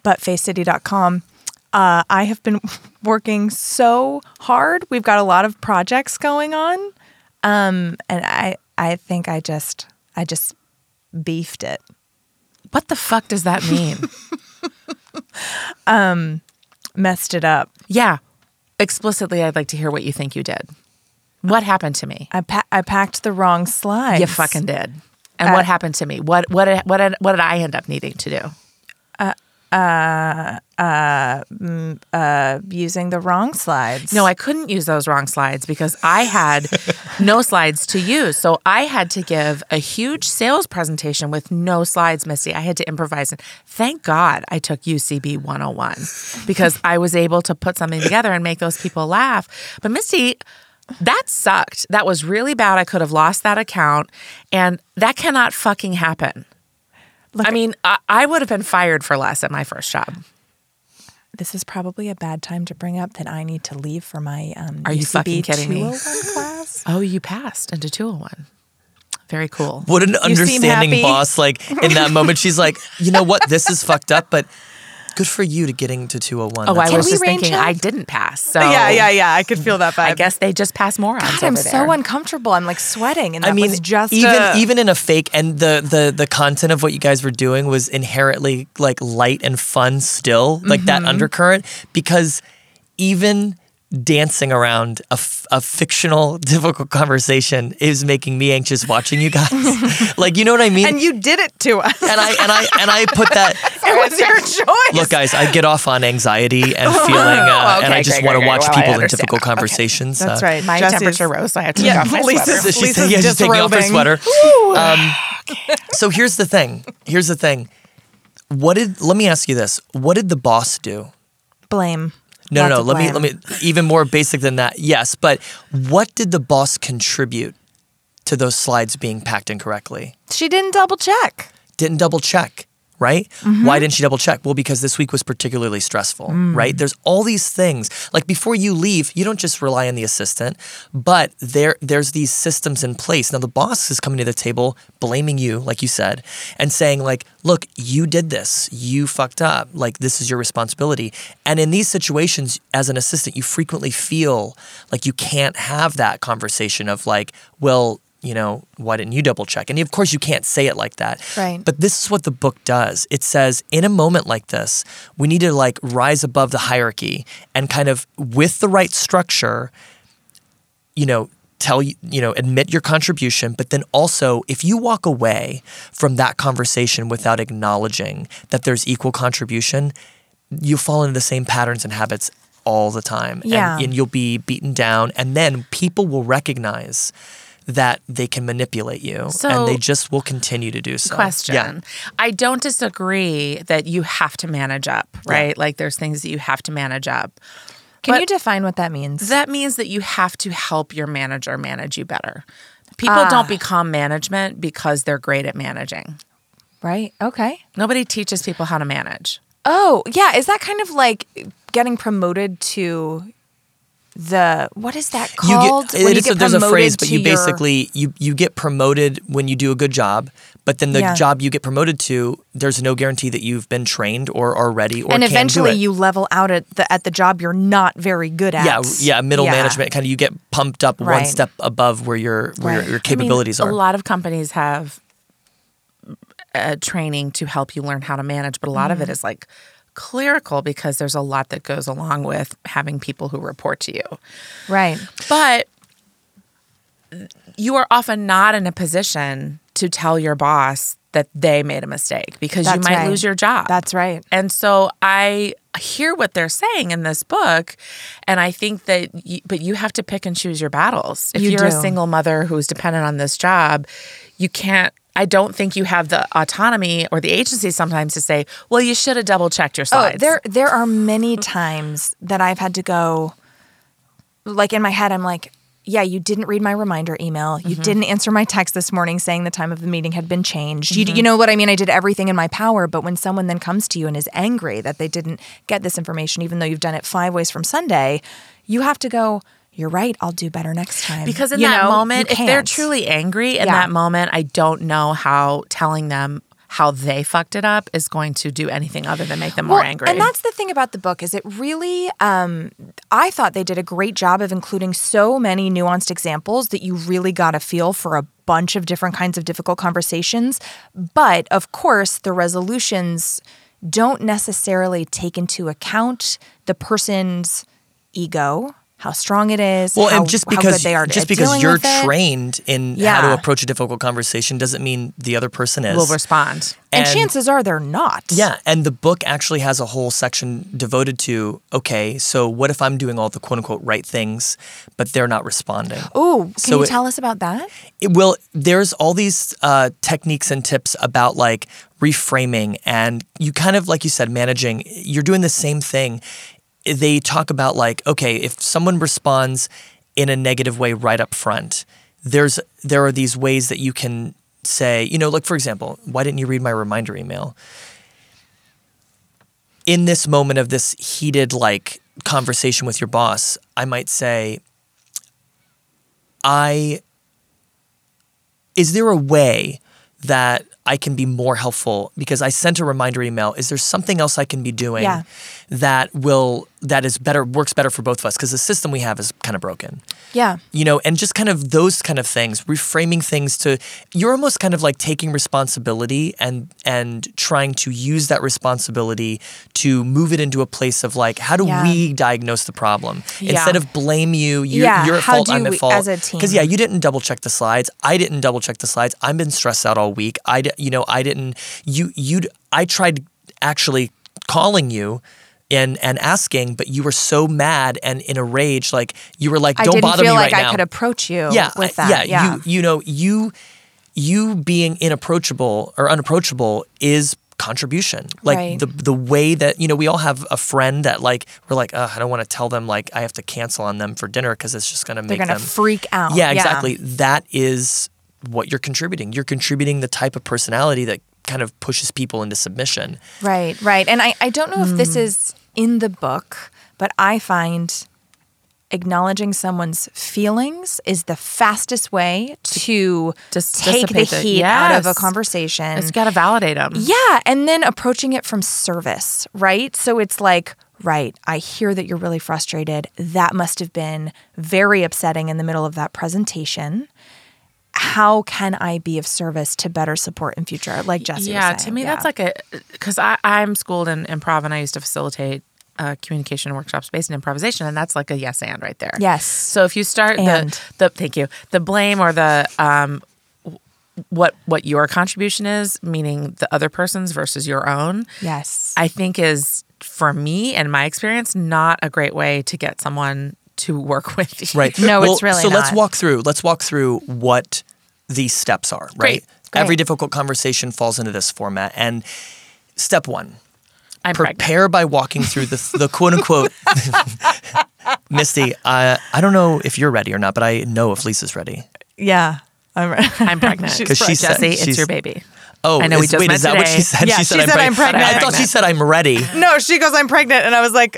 A: buttfacecity.com, uh, I have been [laughs] working so hard. We've got a lot of projects going on, um, and I I think I just I just beefed it.
B: What the fuck does that [laughs] mean?
A: Messed it up.
B: yeah. Explicitly, I'd like to hear what you think you did. What happened to me?
A: I pa- I packed the wrong slides.
B: You fucking did. And what happened to me? What what what what did I end up needing to do?
A: using the wrong slides.
B: No, I couldn't use those wrong slides because I [laughs] had no slides to use. So I had to give a huge sales presentation with no slides, Misty. I had to improvise. And thank God I took UCB 101 because I was able to put something together and make those people laugh. But Misty, that sucked. That was really bad. I could have lost that account. And that cannot fucking happen. I mean, I, I would have been fired for less at my first job.
A: this is probably a bad time to bring up that I need to leave for my um,
B: Are you
A: UCB
B: fucking kidding me?
A: 201 class.
C: [laughs]
B: Oh, you passed into 201. Very cool.
C: What an
A: seem
C: understanding
A: happy.
C: boss. Like in that moment, she's like, you know what? This is fucked up, but good for you to getting to
B: [laughs]
C: 201.
B: Oh,
C: That's
B: I
A: Can
B: was
A: we
B: just
A: range
B: thinking
A: up?
B: I didn't pass. So
C: Oh.
A: Yeah, yeah, yeah. I could feel that vibe.
B: I guess they just pass morons.
A: God, I'm
B: over
A: so
B: there.
A: uncomfortable. I'm like sweating, and that
C: I mean,
A: was just
C: even
A: a-
C: even in a fake, and the the the content of what you guys were doing was inherently like light and fun, still like
B: Mm-hmm.
C: that undercurrent, because even dancing around a, f- a fictional [laughs] difficult conversation is making me anxious watching
B: [laughs]
C: you guys. like, you know what I mean?
A: and you did it to us.
C: [laughs] and I and I and I put
B: [laughs]
C: that
A: [laughs] it was your choice.
C: Look, guys, I get off on
B: [laughs]
C: anxiety and feeling, uh,
B: okay,
C: and I just
B: great,
C: want to
B: great,
C: watch
B: great. Well, I
C: people in
B: understand.
C: difficult conversations.
A: That's
C: uh,
A: right.
B: My
A: Jesse's-
B: temperature rose, so I have to take
A: [laughs] Yeah,
B: off my
A: Lisa's-
B: sweater.
C: So she's,
A: Lisa's
C: yeah, she's taking off her
A: disrobing.
C: sweater. Um, So here's the thing. Here's the thing. What did? Let me ask you this. What did the boss do?
A: Blame.
C: No, no, no.
A: Lots
C: Let
A: of
C: me, let me. Even more basic than that. Yes, but what did the boss contribute to those slides being packed incorrectly.
A: She didn't double check.
C: Didn't double check, right? Why didn't she double check? Well, because this week was particularly stressful, right? There's all these things. Like before you leave, you don't just rely on the assistant, but there there's these systems in place. Now the boss is coming to the table blaming you, like you said, and saying like, "Look, you did this. You fucked up. Like this is your responsibility." And in these situations as an assistant, you frequently feel like you can't have that conversation of like, "Well, you know, why didn't you double check? And of course, you can't say it like that.
A: Right.
C: But this is what the book does. It says, in a moment like this, we need to like rise above the hierarchy and kind of with the right structure, you know, tell you, you know, admit your contribution. But then also, if you walk away from that conversation without acknowledging that there's equal contribution, you fall into the same patterns and habits all the time. And-
A: Yeah.
C: and you'll be beaten down. And then people will recognize that they can manipulate you
B: So-
C: and they just will continue to do so.
B: question.
C: Oh, Yeah.
B: I don't disagree that you have to manage up, right? Like there's things that you have to manage up.
A: Can
B: But-
A: you define what that means?
B: That means that you have to help your manager manage you better. People don't become management because they're great at managing.
A: right. Okay.
B: Nobody teaches people how to manage.
A: Oh, yeah. Is that kind of like getting promoted to the what is that called?
C: You get,
A: When
C: it
A: you
C: is- there's a
A: promoted
C: phrase, but
A: to
C: you
A: your-
C: basically you you get promoted when you do a good job, but then the
A: Yeah.
C: job you get promoted to, there's no guarantee that you've been trained or are ready or
A: and
C: can
A: eventually
C: do it.
A: you level out at the at the job you're not very good at.
C: yeah, yeah, middle management kind of you get pumped up one
A: Right.
C: step above where your where
A: Right.
C: your, your capabilities
B: I mean,
C: are.
B: A lot of companies have uh, training to help you learn how to manage, but a lot of
A: Mm-hmm.
B: it is like clerical because there's a lot that goes along with having people who report to you.
A: Right.
B: But you are often not in a position to tell your boss that they made a mistake because you
A: That's
B: might
A: right.
B: lose your job.
A: That's right.
B: And so I hear what they're saying in this book, and I think that, you, but you have to pick and choose your battles. If
A: You
B: are a
A: do.
B: single mother who's dependent on this job, you can't. I don't think you have the autonomy or the agency sometimes to say, "Well, you should have double checked your
A: Oh,
B: slides."
A: there there are many times that I've had to go like in my head I'm like, yeah, you didn't read my reminder email.
C: Mm-hmm.
A: You didn't answer my text this morning saying the time of the meeting had been changed. You, you
C: Mm-hmm.
A: know what I mean? I did everything in my power, but when someone then comes to you and is angry that they didn't get this information even though you've done it 5 ways from Sunday, you have to go you're right. I'll do better next time.
B: Because in
A: You
B: that
A: know,
B: moment,
A: you
B: if they're
A: can't.
B: truly angry in
A: Yeah.
B: that moment, I don't know how telling them how they fucked it up is going to do anything other than make them more
A: Well,
B: angry.
A: And that's the thing about the book is it really um, I thought they did a great job of including so many nuanced examples that you really got a feel for a bunch of different kinds of difficult conversations. But of course, the resolutions don't necessarily take into account the person's ego, how strong it is,
C: Well,
A: how,
C: and just
A: how
C: because
A: good they are
C: just
A: at
C: because
A: dealing
C: you're
A: with it.
C: trained in how
A: Yeah.
C: to approach a difficult conversation doesn't mean the other person is.
B: will respond.
A: and,
C: and-
A: chances are they're not.
C: Yeah, and the book actually has a whole section devoted to okay, so what if I'm doing all the quote unquote right things, but they're not responding?
A: Ooh, can
C: So
A: you
C: it-
A: tell us about that?
C: It- well, there's all these uh, techniques and tips about like reframing, and you kind of, like you said, managing, you're doing the same thing. They talk about like, okay, if someone responds in a negative way right up front, there's there are these ways that you can say, you know, like for example, why didn't you read my reminder email? in this moment of this heated like conversation with your boss, I might say, I is there a way that I can be more helpful because I sent a reminder email. Is there something else I can be doing
A: Yeah.
C: that will that is better works better for both of us? Because the system we have is kind of broken
A: Yeah.
C: you know, and just kind of those kind of things, reframing things to you're almost kind of like taking responsibility and and trying to use that responsibility to move it into a place of like, how do
A: Yeah.
C: we diagnose the problem
B: Yeah.
C: instead of blame you? You're,
A: Yeah,
C: you're at
A: how
C: fault.
A: do
C: I'm at
A: we-
C: fault
A: as a
C: because
A: team.
C: yeah, you didn't double check the slides. I didn't double check the slides. I've been stressed out all week. I di- you know I didn't you you I tried actually calling you. And, and asking, but you were so mad and in a rage, like you were like,
A: I
C: "Don't
A: didn't
C: bother
A: feel
C: me
A: like
C: right
A: I
C: now."
A: could approach you
C: yeah,
A: with
C: I-
A: that.
C: Yeah, you you know you you being inapproachable or unapproachable is contribution. Like
A: Right.
C: the the way that you know we all have a friend that like we're like Ugh, I don't want to tell them like I have to cancel on them for dinner because it's just gonna
A: They're
C: make
A: gonna
C: them
A: freak out.
C: yeah exactly that is what you're contributing. You're contributing the type of personality that kind of pushes people into submission.
A: Right, right. And I, I don't know if
B: Hmm.
A: this is in the book, but I find acknowledging someone's feelings is the fastest way to
B: Dis-
A: take the
B: dissipate the-
A: heat out of a
B: Yes.
A: conversation.
B: It's got to validate them.
A: Yeah, and then approaching it from service, right? So it's like, right, I hear that you're really frustrated. That must have been very upsetting in the middle of that presentation. How can I be of service to better support in future? Like Jesse, was
B: yeah
A: saying.
B: to me that's like a because i'm schooled in improv and i used to facilitate uh, communication workshops based in improvisation and that's like a yes and right there
A: Yes.
B: so if you start
A: And.
B: the, the thank you the blame or the um w- what what your contribution is meaning the other person's versus your own
A: yes,
B: i think is for me and my experience not a great way to get someone to work [laughs] with you
C: Right.
A: No, it's really
C: So let's
A: not.
C: walk through. Let's walk through what these steps are. Right.
B: Great,
C: Every
A: great.
C: difficult conversation falls into this format. And step one,
B: i'm pregnant
C: prepare by walking through the the quote unquote. [laughs] Misty, I I don't know if you're ready or not, but I know if Lisa's ready.
A: yeah. I'm
B: [laughs] i'm pregnant
A: She's
C: [laughs] 'Cause she said-
B: jesse it's
C: she's-
B: your baby
C: Oh,
B: I know we
C: is-
B: just
C: wait,
B: met
C: is that what
B: today.
C: she said?
A: Yeah,
C: she said,
A: she
C: I'm,
A: said, "I'm
C: pregnant." I
A: pregnant.
C: thought she said I'm ready,
A: [laughs] no, she goes, I'm pregnant, and I was like,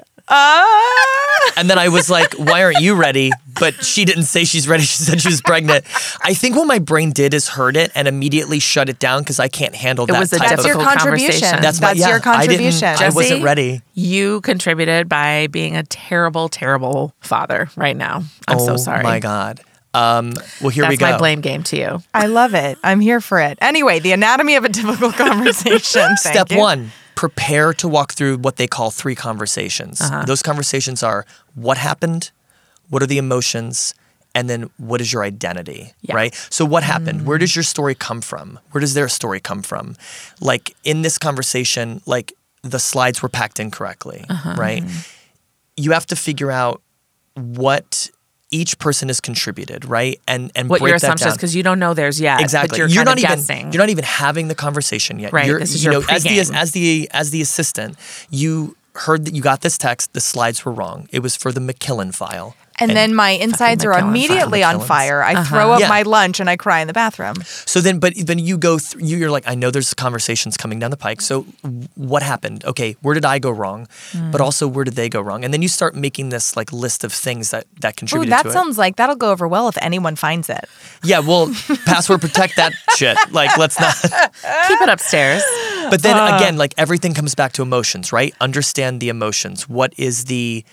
A: ah.
C: and then I was like, "Why aren't you ready?" But she didn't say she's ready. [laughs] She said she was pregnant. I think what my brain did is heard it and immediately shut it down because I can't handle
B: it
C: that
B: was a
C: type
B: difficult
C: of
A: your contribution.
B: conversation
A: That's
C: my- yeah,
A: your contribution.
C: I, didn't, I
A: Jesse?
C: wasn't ready.
B: You contributed by being a terrible, terrible father right now. I'm
C: oh
B: so sorry.
C: my god. Um, well, here
B: That's
C: we go.
B: my blame game to you.
A: I love it. I'm here for it. Anyway, the anatomy of a difficult [laughs]
B: [laughs]
A: conversation. Thank
C: Step
A: you.
C: one: prepare to walk through what they call three conversations.
B: Uh-huh.
C: Those conversations are what happened, what are the emotions, and then what is your identity,
B: Yeah. Mm.
C: right? So, what happened? Where does your story come from? Where does their story come from? Like in this conversation, like the slides were packed incorrectly,
B: Uh-huh.
C: right? You have to figure out what each person has contributed, right? And and
B: What
C: break
B: your
C: that
B: assumptions,
C: down.
B: because you don't know theirs yet. but
C: Exactly.
B: you're, kind
C: not
B: of
C: even
B: guessing.
C: you're not even having the conversation yet.
B: Right,
C: You're,
B: this is
C: you
B: your
C: know, as the
B: pregame.
C: as the as the assistant, you heard that you got this text. The slides were wrong. It was for the McKillen file.
A: And, then my insides are
B: McKellen
A: immediately
C: file.
A: on fire. I throw up
C: Uh-huh. Yeah.
A: my lunch and I cry in the bathroom.
C: So then, but then you go through. You, you're like, I know there's conversations coming down the pike. So w- what happened? Okay, where did I go wrong?
B: Mm.
C: But also, where did they go wrong? And then you start making this like list of things that that
A: Ooh,
C: contributed
A: that
C: to it.
A: sounds like that'll go over well if anyone finds it.
C: yeah, well, password protect
B: [laughs]
C: that shit. Like, let's not.
B: Keep it
C: [laughs]
B: upstairs.
C: But then
B: Ah.
C: again, like everything comes back to emotions, right? Understand the emotions. What is the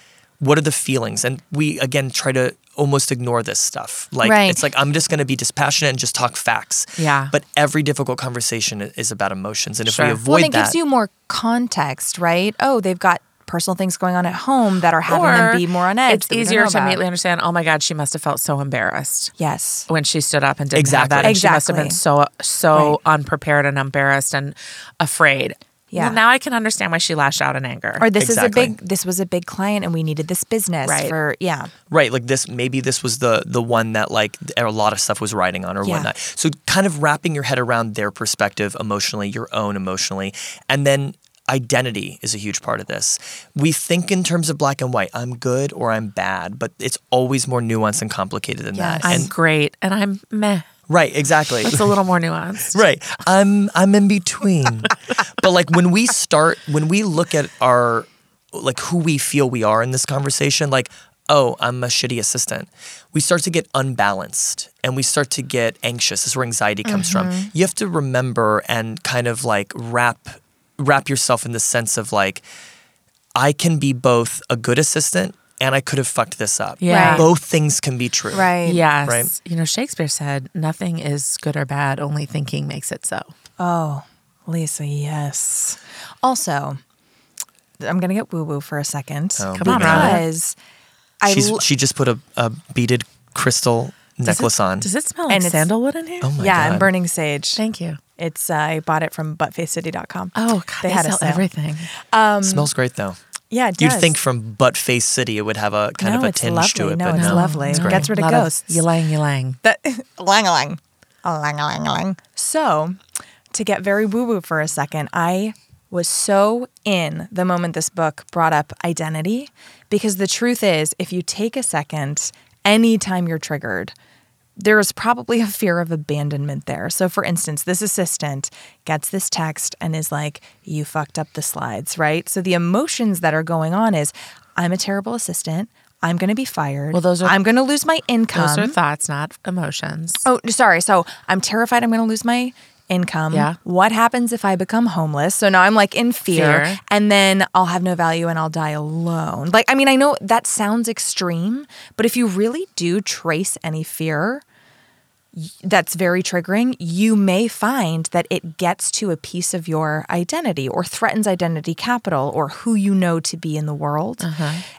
C: what are the feelings? And we again try to almost ignore this stuff. Like
A: Right.
C: it's like I'm just going to be dispassionate and just talk facts.
B: Yeah.
C: But every difficult conversation i- is about emotions, and if we
B: Sure.
C: avoid
A: Well, and it
C: that,
A: gives you more context, right? Oh, they've got personal things going on at home that are having
B: Or
A: them be more on edge.
B: It's
A: that we don't
B: easier
A: know
B: to
A: about.
B: immediately understand, oh my God, she must have felt so embarrassed
A: Yes.
C: Oh,
B: when she stood up and didn't have
C: Exactly.
B: that. And she must have been so so unprepared and embarrassed and afraid.
A: Yeah.
B: Well, now I can understand why she lashed out in anger.
A: Or this
C: Exactly.
A: is a big. This was a big client, and we needed this business
B: Right.
A: for yeah.
C: right? Like this, maybe this was the the one that like a lot of stuff was riding on or
A: Yeah.
C: whatnot. So kind of wrapping your head around their perspective emotionally, your own emotionally, and then identity is a huge part of this. We think in terms of black and white. I'm good or I'm bad, but it's always more nuanced and complicated than that.
A: Yes.
B: I'm
C: And
B: great and I'm meh.
C: right, exactly.
B: It's a little more nuanced.
C: Right. I'm I'm in between. but like when we start when we look at our like who we feel we are in this conversation like oh I'm a shitty assistant. We start to get unbalanced and we start to get anxious. This is where anxiety comes from. You have to remember and kind of like wrap wrap yourself in the sense of like I can be both a good assistant and I could have fucked this up.
B: Yeah.
A: Right.
C: Both things can be true.
A: Right.
B: Yes.
C: Right.
B: You know, Shakespeare said, nothing is good or bad, only thinking makes it so.
A: Oh, Lisa, yes. Also, I'm going to get woo woo for a second.
C: Oh,
B: Come on,
C: moving
B: Robin.
A: Because I
C: She's,
A: l-
C: she just put a, a beaded crystal
B: Does
C: necklace
B: it,
C: on.
B: Does it smell like
A: And it's-
B: sandalwood in here?
C: Oh my
A: yeah,
C: God.
A: I'm burning sage.
B: Thank you.
A: It's uh, I bought it from buttfacecity.com.
B: Oh, God, they,
A: had a
B: sell
A: sale.
B: everything.
C: Smells great though.
A: Yeah, it
C: You'd
A: Mm. does.
C: think from Butt Face City it would have a kind
A: no,
C: of a
A: it's
C: tinge
A: lovely.
C: to it,
A: No,
C: but
A: it's
C: no.
A: lovely.
C: It's great.
A: Gets rid of
B: Lot
A: ghosts.
B: Ylang ylang.
A: that [laughs] lang lang lang lang lang. So, to get very woo woo for a second, I was so in the moment this book brought up identity because the truth is, if you take a second, anytime you're triggered, there is probably a fear of abandonment there. So, for instance, this assistant gets this text and is like, You fucked up the slides, right? So, the emotions that are going on is, I'm a terrible assistant. I'm going to be fired.
B: Well, those are-
A: I'm going to lose my income.
B: Those are thoughts, not emotions.
A: Oh, sorry. So I'm terrified I'm going to lose my income.
B: Yeah.
A: What happens if I become homeless? So now I'm like in fear,
B: Fear.
A: and then I'll have no value and I'll die alone. Like, I mean, I know that sounds extreme, but if you really do trace any fear, y- that's very triggering. You may find that it gets to a piece of your identity or threatens identity capital or who you know to be in the world.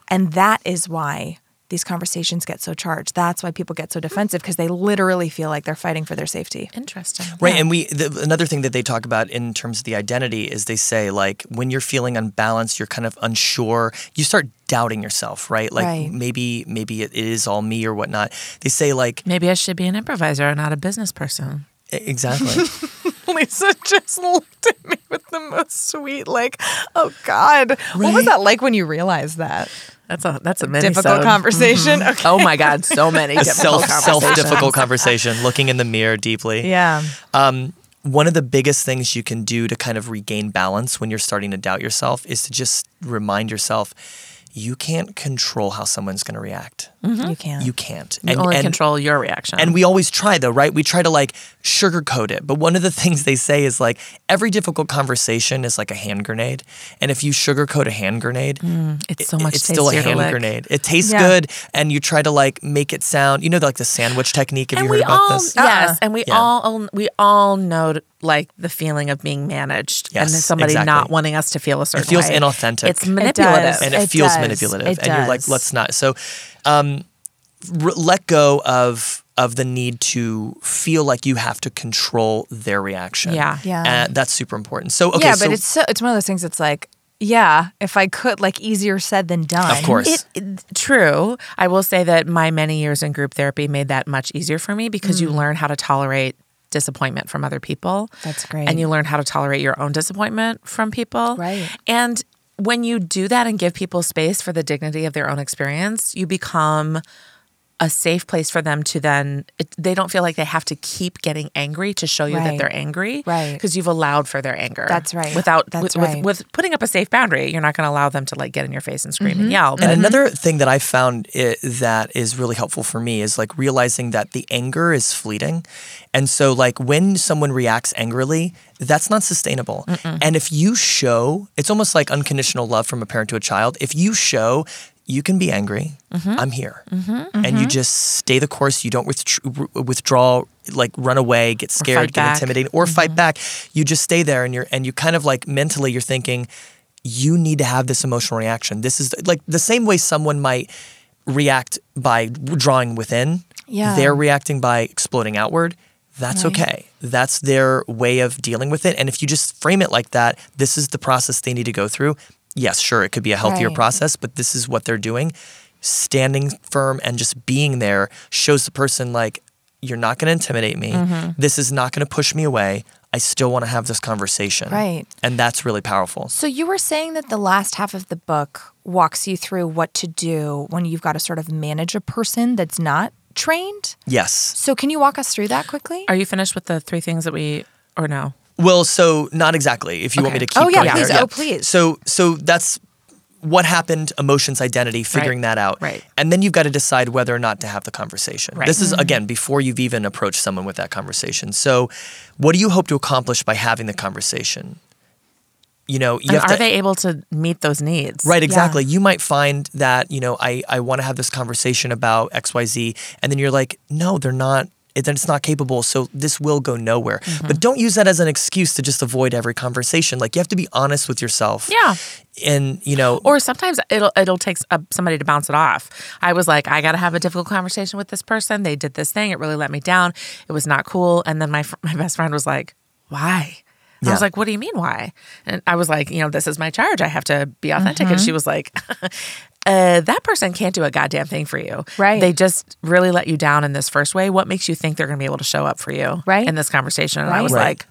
A: And that is why these conversations get so charged. That's why people get so defensive because they literally feel like they're fighting for their safety.
B: Interesting.
C: Right, and we the, another thing that they talk about in terms of the identity is they say like when you're feeling unbalanced, you're kind of unsure, you start doubting yourself, right? Like
A: Right.
C: maybe maybe it is all me or whatnot. They say like e,
B: Maybe I should be an improviser and not a business person.
A: [laughs]
C: exactly.
A: Lisa [laughs] just looked at me with the most sweet, like, oh God. What was
B: Right.
A: that like when you realized that?
B: That's a that's a mini
A: Difficult conversation. Okay.
B: Oh my God, so [laughs] many difficult
C: self self
B: conversations.
C: difficult conversation, looking in the mirror deeply.
A: Yeah.
C: Um, one of the biggest things you can do to kind of regain balance when you're starting to doubt yourself is to just remind yourself you can't control how someone's going to react.
A: You can't.
C: You can't.
B: Mm. You only control your reaction.
C: And we always try though, right? We try to like sugarcoat it. But one of the [laughs] things they say is like every difficult conversation is like a hand grenade. And if you sugarcoat a hand grenade,
B: it's so Mm. Oh, much
C: it's still a
B: tastier to
C: hand
B: lick.
C: grenade. It tastes
A: Yeah.
C: good and you try to like make it sound, you know, like the sandwich technique. Have
B: And
C: you heard
B: we
C: about
B: all
C: this?
A: Uh-uh.
B: yes, and we
C: Yeah.
B: all we all know like the feeling of being managed and
C: Yes,
B: somebody
C: exactly.
B: not wanting us to feel a certain.
C: feels
B: way.
C: inauthentic.
B: It's
C: It
B: manipulative.
A: does.
C: and it,
A: It
C: feels
A: does.
C: manipulative
A: It
C: and you're like
A: does.
C: let's not so um r- let go of of the need to feel like you have to control their reaction
B: Yeah.
A: Yeah.
C: Uh, that's super important so okay
A: yeah,
C: so
A: but it's so it's one of those things that's like, yeah, if I could, like easier said than done.
C: of course
B: It, it- true. I will say that my many years in group therapy made that much easier for me because
A: Mm.
B: you learn how to tolerate disappointment from other people.
A: That's great.
B: And you learn how to tolerate your own disappointment from people.
A: Right.
B: And when you do that and give people space for the dignity of their own experience, you become a safe place for them to then it, they don't feel like they have to keep getting angry to show you that
A: Right.
B: they're angry
A: Right.
B: because you've allowed for their anger
A: That's right.
B: without
A: That's
B: with, with-
A: right.
B: with, putting up a safe boundary you're not going to allow them to like get in your face and scream and yell but
C: Mm-hmm. And another thing that I found i that is really helpful for me is like realizing that the anger is fleeting. And so, like, when someone reacts angrily, that's not sustainable. And if you show, it's almost like unconditional love from a parent to a child. If you show, you can be angry.
B: Mm-hmm.
C: I'm here. And you just stay the course. You don't withdraw, withdraw like run away, get scared,
B: fight
C: get
B: back.
C: intimidated, or
A: Mm-hmm.
C: fight back. You just stay there and you're, and you kind of like mentally, you're thinking, you need to have this emotional reaction. This is like the same way someone might react by drawing within.
A: Yeah.
C: They're reacting by exploding outward. That's okay. That's their way of dealing with it. And if you just frame it like that, this is the process they need to go through. Yes, sure, it could be a healthier
A: Right.
C: process, but this is what they're doing. Standing firm and just being there shows the person, like, you're not going to intimidate me. This is not going to push me away. I still want to have this conversation.
A: Right.
C: And that's really powerful.
A: So you were saying that the last half of the book walks you through what to do when you've got to sort of manage a person that's not trained.
C: Yes.
A: So can you walk us through that quickly?
B: Are you finished with the three things that we or no?
C: Well, so not exactly. If you want me to keep
A: Oh, yeah,
C: going
A: please.
C: there.
A: Oh, please.
C: So so that's what happened, emotions, identity, figuring
B: Right.
C: that out.
B: Right.
C: And then you've got to decide whether or not to have the conversation.
B: Right.
C: This
A: Mm-hmm.
C: is again before you've even approached someone with that conversation. So what do you hope to accomplish by having the conversation? You know, you
B: And
C: have
B: are
C: to
B: they able to meet those needs?
C: Right, exactly. You might find that, you know, I, I want to have this conversation about XYZ. And then you're like, no, they're not, it, it's not capable. So this will go nowhere. But don't use that as an excuse to just avoid every conversation. Like you have to be honest with yourself.
B: Yeah.
C: And, you know,
B: Or sometimes it'll it'll take s- uh, somebody to bounce it off. I was like, I got to have a difficult conversation with this person. They did this thing. It really let me down. It was not cool. And then my fr- my best friend was like, Why? I
C: Yeah.
B: was like, What do you mean why? And I was like, You know, this is my charge. I have to be authentic.
C: Mm-hmm.
B: And she was like. [laughs] Uh, that person can't do a goddamn thing for you.
A: Right.
B: They just really let you down in this first way. What makes you think they're going to be able to show up for you
A: Right.
B: in this conversation? And I
A: Right.
B: was
C: Right.
B: like,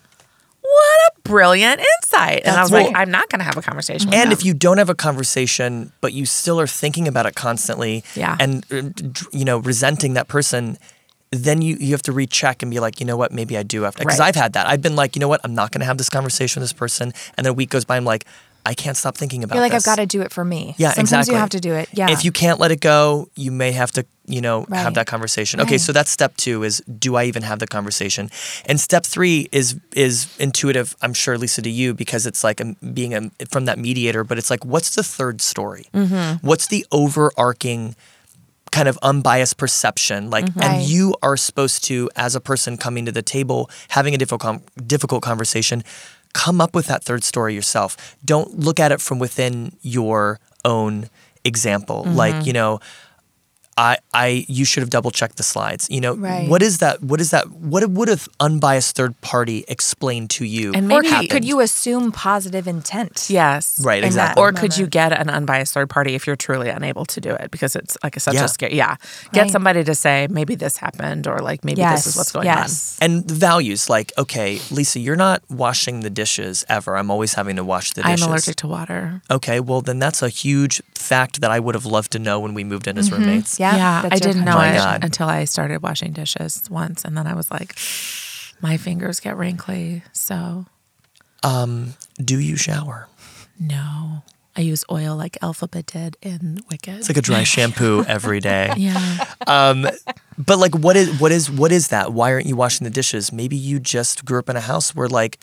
B: what a brilliant insight. and I
C: That's
B: was
C: right. Mm-hmm.
B: like, I'm not going to have a conversation with
C: and
B: them.
C: if you don't have a conversation, but you still are thinking about it constantly
B: Yeah.
C: and, uh, d- you know, resenting that person, then you, you have to recheck and be like, you know what, maybe I do have to. Because
B: Right.
C: I've had that. I've been like, you know what, I'm not going to have this conversation with this person. And then a week goes by, I'm like, I can't stop thinking about
A: You're like, I've
C: this.
A: got to do it for me.
C: Yeah,
A: Sometimes
C: exactly.
A: you have to do it. Yeah.
C: If you can't let it go, you may have to, you know,
A: Right.
C: have that conversation. Okay, so that's step two is do I even have the conversation? And step three is is intuitive. I'm sure Lisa to you because it's like um being a, from that mediator, but it's like what's the third story?
A: Mm-hmm.
C: What's the overarching? kind of unbiased perception like
B: Mm-hmm.
A: Right.
C: and you are supposed to as a person coming to the table having a difficult com- difficult conversation come up with that third story yourself don't look at it from within your own example
B: Mm-hmm.
C: like you know I, I, you should have double checked the slides. You know,
A: Right.
C: what is that? What is that? What would have unbiased third party explained to you?
B: And
A: or
B: maybe-
A: could, could
C: happened?
A: you assume positive intent?
B: Yes.
C: Right,
B: And-
C: exactly.
B: Or could you
A: moment.
B: get an unbiased third party if you're truly unable to do it? Because it's like such
C: Yeah.
B: a scare. Yeah. Get
A: Right.
B: somebody to say, maybe this happened, or like, maybe
A: Yes.
B: this is what's going
A: yes.
C: And the values, like, okay, Lisa, you're not washing the dishes ever. I'm always having to wash the
B: on. I'm
C: dishes.
B: allergic to water.
C: Okay, well then that's a huge fact that I would have loved to know when we moved in as roommates.
A: Yeah.
B: Mm-hmm. yeah.
A: that's
B: I
A: your
B: didn't know
C: My
B: it
C: God.
B: until I started washing dishes once. And then I was like, my fingers get wrinkly. So
C: Do you shower?
B: no. I use oil like Alphabet did in Wicked.
C: It's like
B: [laughs]
C: a dry shampoo every day.
B: yeah.
C: But like what is what is what is that? Why aren't you washing the dishes? Maybe you just grew up in a house where like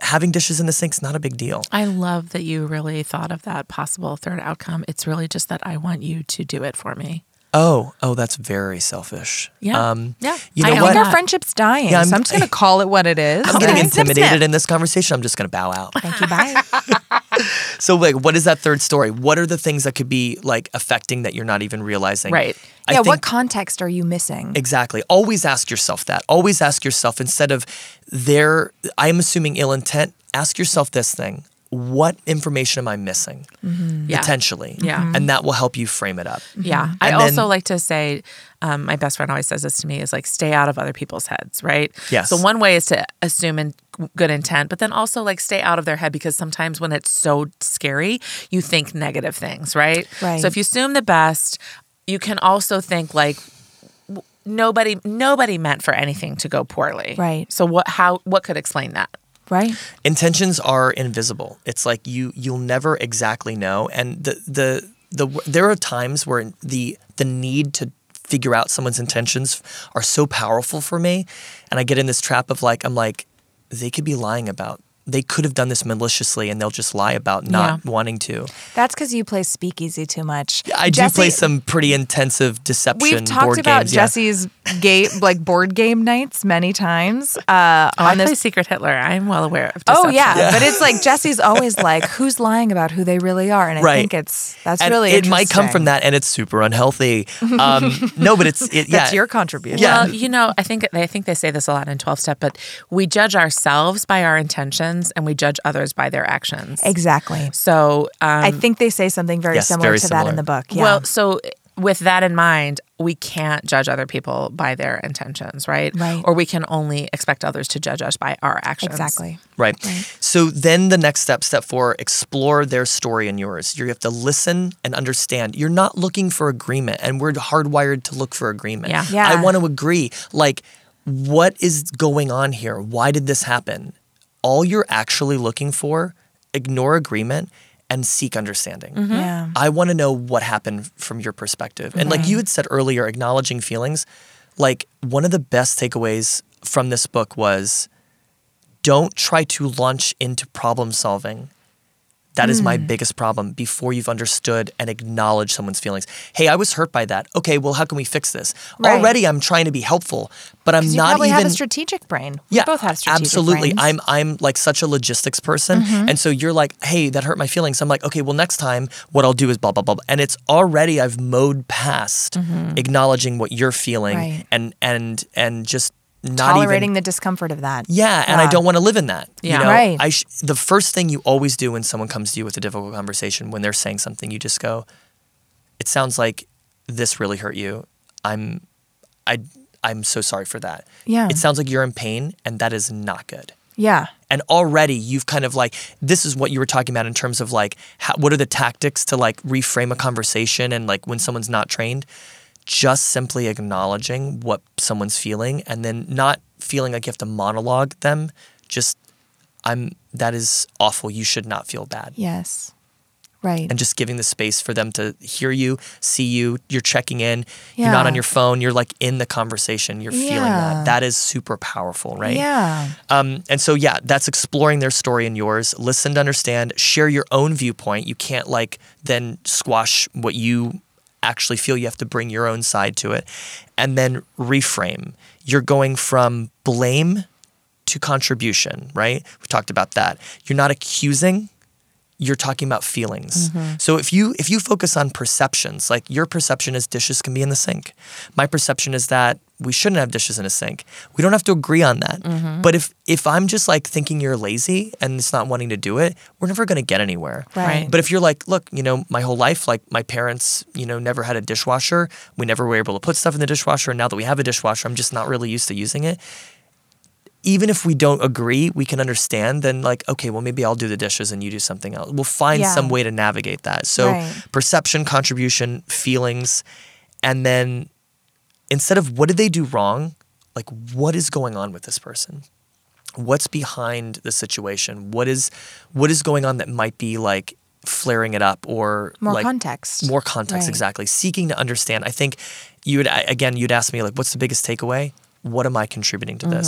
C: having dishes in the sink's not a big deal.
B: I love that you really thought of that possible third outcome. It's really just that I want you to do it for me.
C: Oh, oh, that's very selfish.
B: Yeah. Yeah.
C: Um, You
B: I
C: know
A: I
B: own
C: what?
A: think our
B: that.
A: friendship's dying.
C: Yeah, I'm-
A: so I'm just
C: [laughs]
A: going to call it what it is.
C: I'm getting
A: Okay.
C: intimidated in this conversation. I'm just going to
B: [laughs]
C: bow out.
A: Thank you. Bye.
C: So, like, what is that third story? What are the things that could be like affecting that you're not even realizing?
B: Right.
C: [laughs] I
A: yeah. what
C: think-
A: context are you missing?
C: Exactly. Always ask yourself that. Always ask yourself instead of their, I am assuming ill intent, ask yourself this thing what information am I missing
B: Yeah.
C: potentially?
B: Yeah. Mhm.
C: And that will help you frame it up.
B: Yeah. I
C: And then-
B: also like to say, um, my best friend always says this to me is like, stay out of other people's heads, right?
C: Yes.
B: So one way is to assume in good intent, but then also like stay out of their head because sometimes when it's so scary, you think negative things, right?
A: Right.
B: So if you assume the best, you can also think like, w- Nobody, nobody meant for anything to go poorly,
A: Right.
B: So what? How? What could explain that?
A: Right.
C: Intentions are invisible. It's like you you'll never exactly know. And the the the there are times where the the need to figure out someone's intentions are so powerful for me, and I get in this trap of like I'm like they could be lying about. They could have done this maliciously, and they'll just lie about not
B: Yeah.
C: wanting to.
A: That's because you play speakeasy too much.
C: I do
A: Jesse-
C: play some pretty intensive deception
A: We've talked
C: board
A: about
C: games. yeah.
A: Jesse's
C: [laughs]
A: game, like board game nights, many times. Uh,
B: Oh, I play Secret Hitler. I'm well aware of. Deception.
A: Oh yeah. [laughs] but it's
C: [laughs]
A: like Jesse's always like, who's lying about who they really are, and I
C: Right.
A: think it's that's
C: And
A: really
C: it might come
A: interesting.
C: from that, and it's super unhealthy. Um, no, but it's
A: [laughs]
C: it,
A: That's
C: yeah.
A: your contribution.
C: Yeah.
B: Well, you know, I think I think they say this a lot in twelve step, but we judge ourselves by our intentions and we judge others by their actions.
A: exactly.
B: So, um,
A: I think they say something very
C: Mm. Yes,
A: similar
C: very
A: to that
C: similar.
A: in the book. Yeah.
B: well, so with that in mind, we can't judge other people by their intentions, right?
A: Right.
B: Or we can only expect others to judge us by our actions.
A: exactly.
C: Right. So then the next step, step four, explore their story and yours. You have to listen and understand. You're not looking for agreement, and we're hardwired to look for agreement.
B: Yeah.
A: Yeah.
C: I want to agree. Like, what is going on here? Why did this happen? All you're actually looking for, ignore agreement and seek understanding.
A: Yeah.
C: I want to know what happened from your perspective. And like you had said earlier, acknowledging feelings, like one of the best takeaways from this book was don't try to launch into problem solving. That is my
A: Mm.
C: biggest problem before you've understood and acknowledged someone's feelings. Hey, I was hurt by that. Okay, well, how can we fix this?
A: Right.
C: Already I'm trying to be helpful, but I'm
A: You
C: not
A: probably
C: even
A: have a strategic brain. We both have strategic Mm-hmm.
C: absolutely.
A: brains.
C: I'm I'm like such a logistics person, and so you're like, hey, that hurt my feelings. I'm like, okay, well, next time what I'll do is blah blah blah, blah. and it's already I've mowed past acknowledging what you're feeling
A: Mm-hmm. Right.
C: and and and just not
A: tolerating
C: even.
A: the discomfort of that.
C: Yeah, and I
A: Yeah.
C: don't want to live in that.
B: Yeah.
C: You know,
A: Right.
C: I sh- the first thing you always do when someone comes to you with a difficult conversation, when they're saying something, you just go, "It sounds like this really hurt you. I'm, I, I'm so sorry for that.
A: Yeah.
C: It sounds like you're in pain, and that is not good.
A: Yeah.
C: And already you've kind of like this is what you were talking about in terms of like how, what are the tactics to like reframe a conversation and like when someone's not trained, just simply acknowledging what someone's feeling and then not feeling like you have to monologue them. Just, I'm, that is awful. You should not feel bad.
A: Yes. Right.
C: And just giving the space for them to hear you, see you, you're checking in, you're not
A: Yeah.
C: on your phone, you're like in the conversation, you're feeling
A: Yeah.
C: that. That is super powerful, right?
A: Yeah.
C: Um, and so, yeah, that's exploring their story and yours. Listen to understand, share your own viewpoint. You can't like then squash what you actually feel. You have to bring your own side to it and then reframe. You're going from blame to contribution, right? We talked about that. You're not accusing you're talking about feelings. So if you if you focus on perceptions, like your perception is dishes can be in the sink. My perception is that we shouldn't have dishes in a sink. We don't have to agree on that. But if if I'm just like thinking you're lazy and it's not wanting to do it, we're never going to get anywhere.
A: Right.
C: But if you're like, look, you know, my whole life, like my parents, you know, never had a dishwasher. We never were able to put stuff in the dishwasher. And now that we have a dishwasher, I'm just not really used to using it. Even if we don't agree, we can understand. Then, like, okay, well, maybe I'll do the dishes and you do something else. We'll find
A: Yeah.
C: some way to navigate that. So,
A: Right.
C: perception, contribution, feelings, and then instead of what did they do wrong, like, what is going on with this person? what's behind the situation what is what is going on that might be like flaring it up or
A: More
C: like
A: context.
C: more context
A: Right.
C: exactly seeking to understand i think you would I- again you'd ask me like what's the biggest takeaway what am i contributing to
A: Mm-hmm,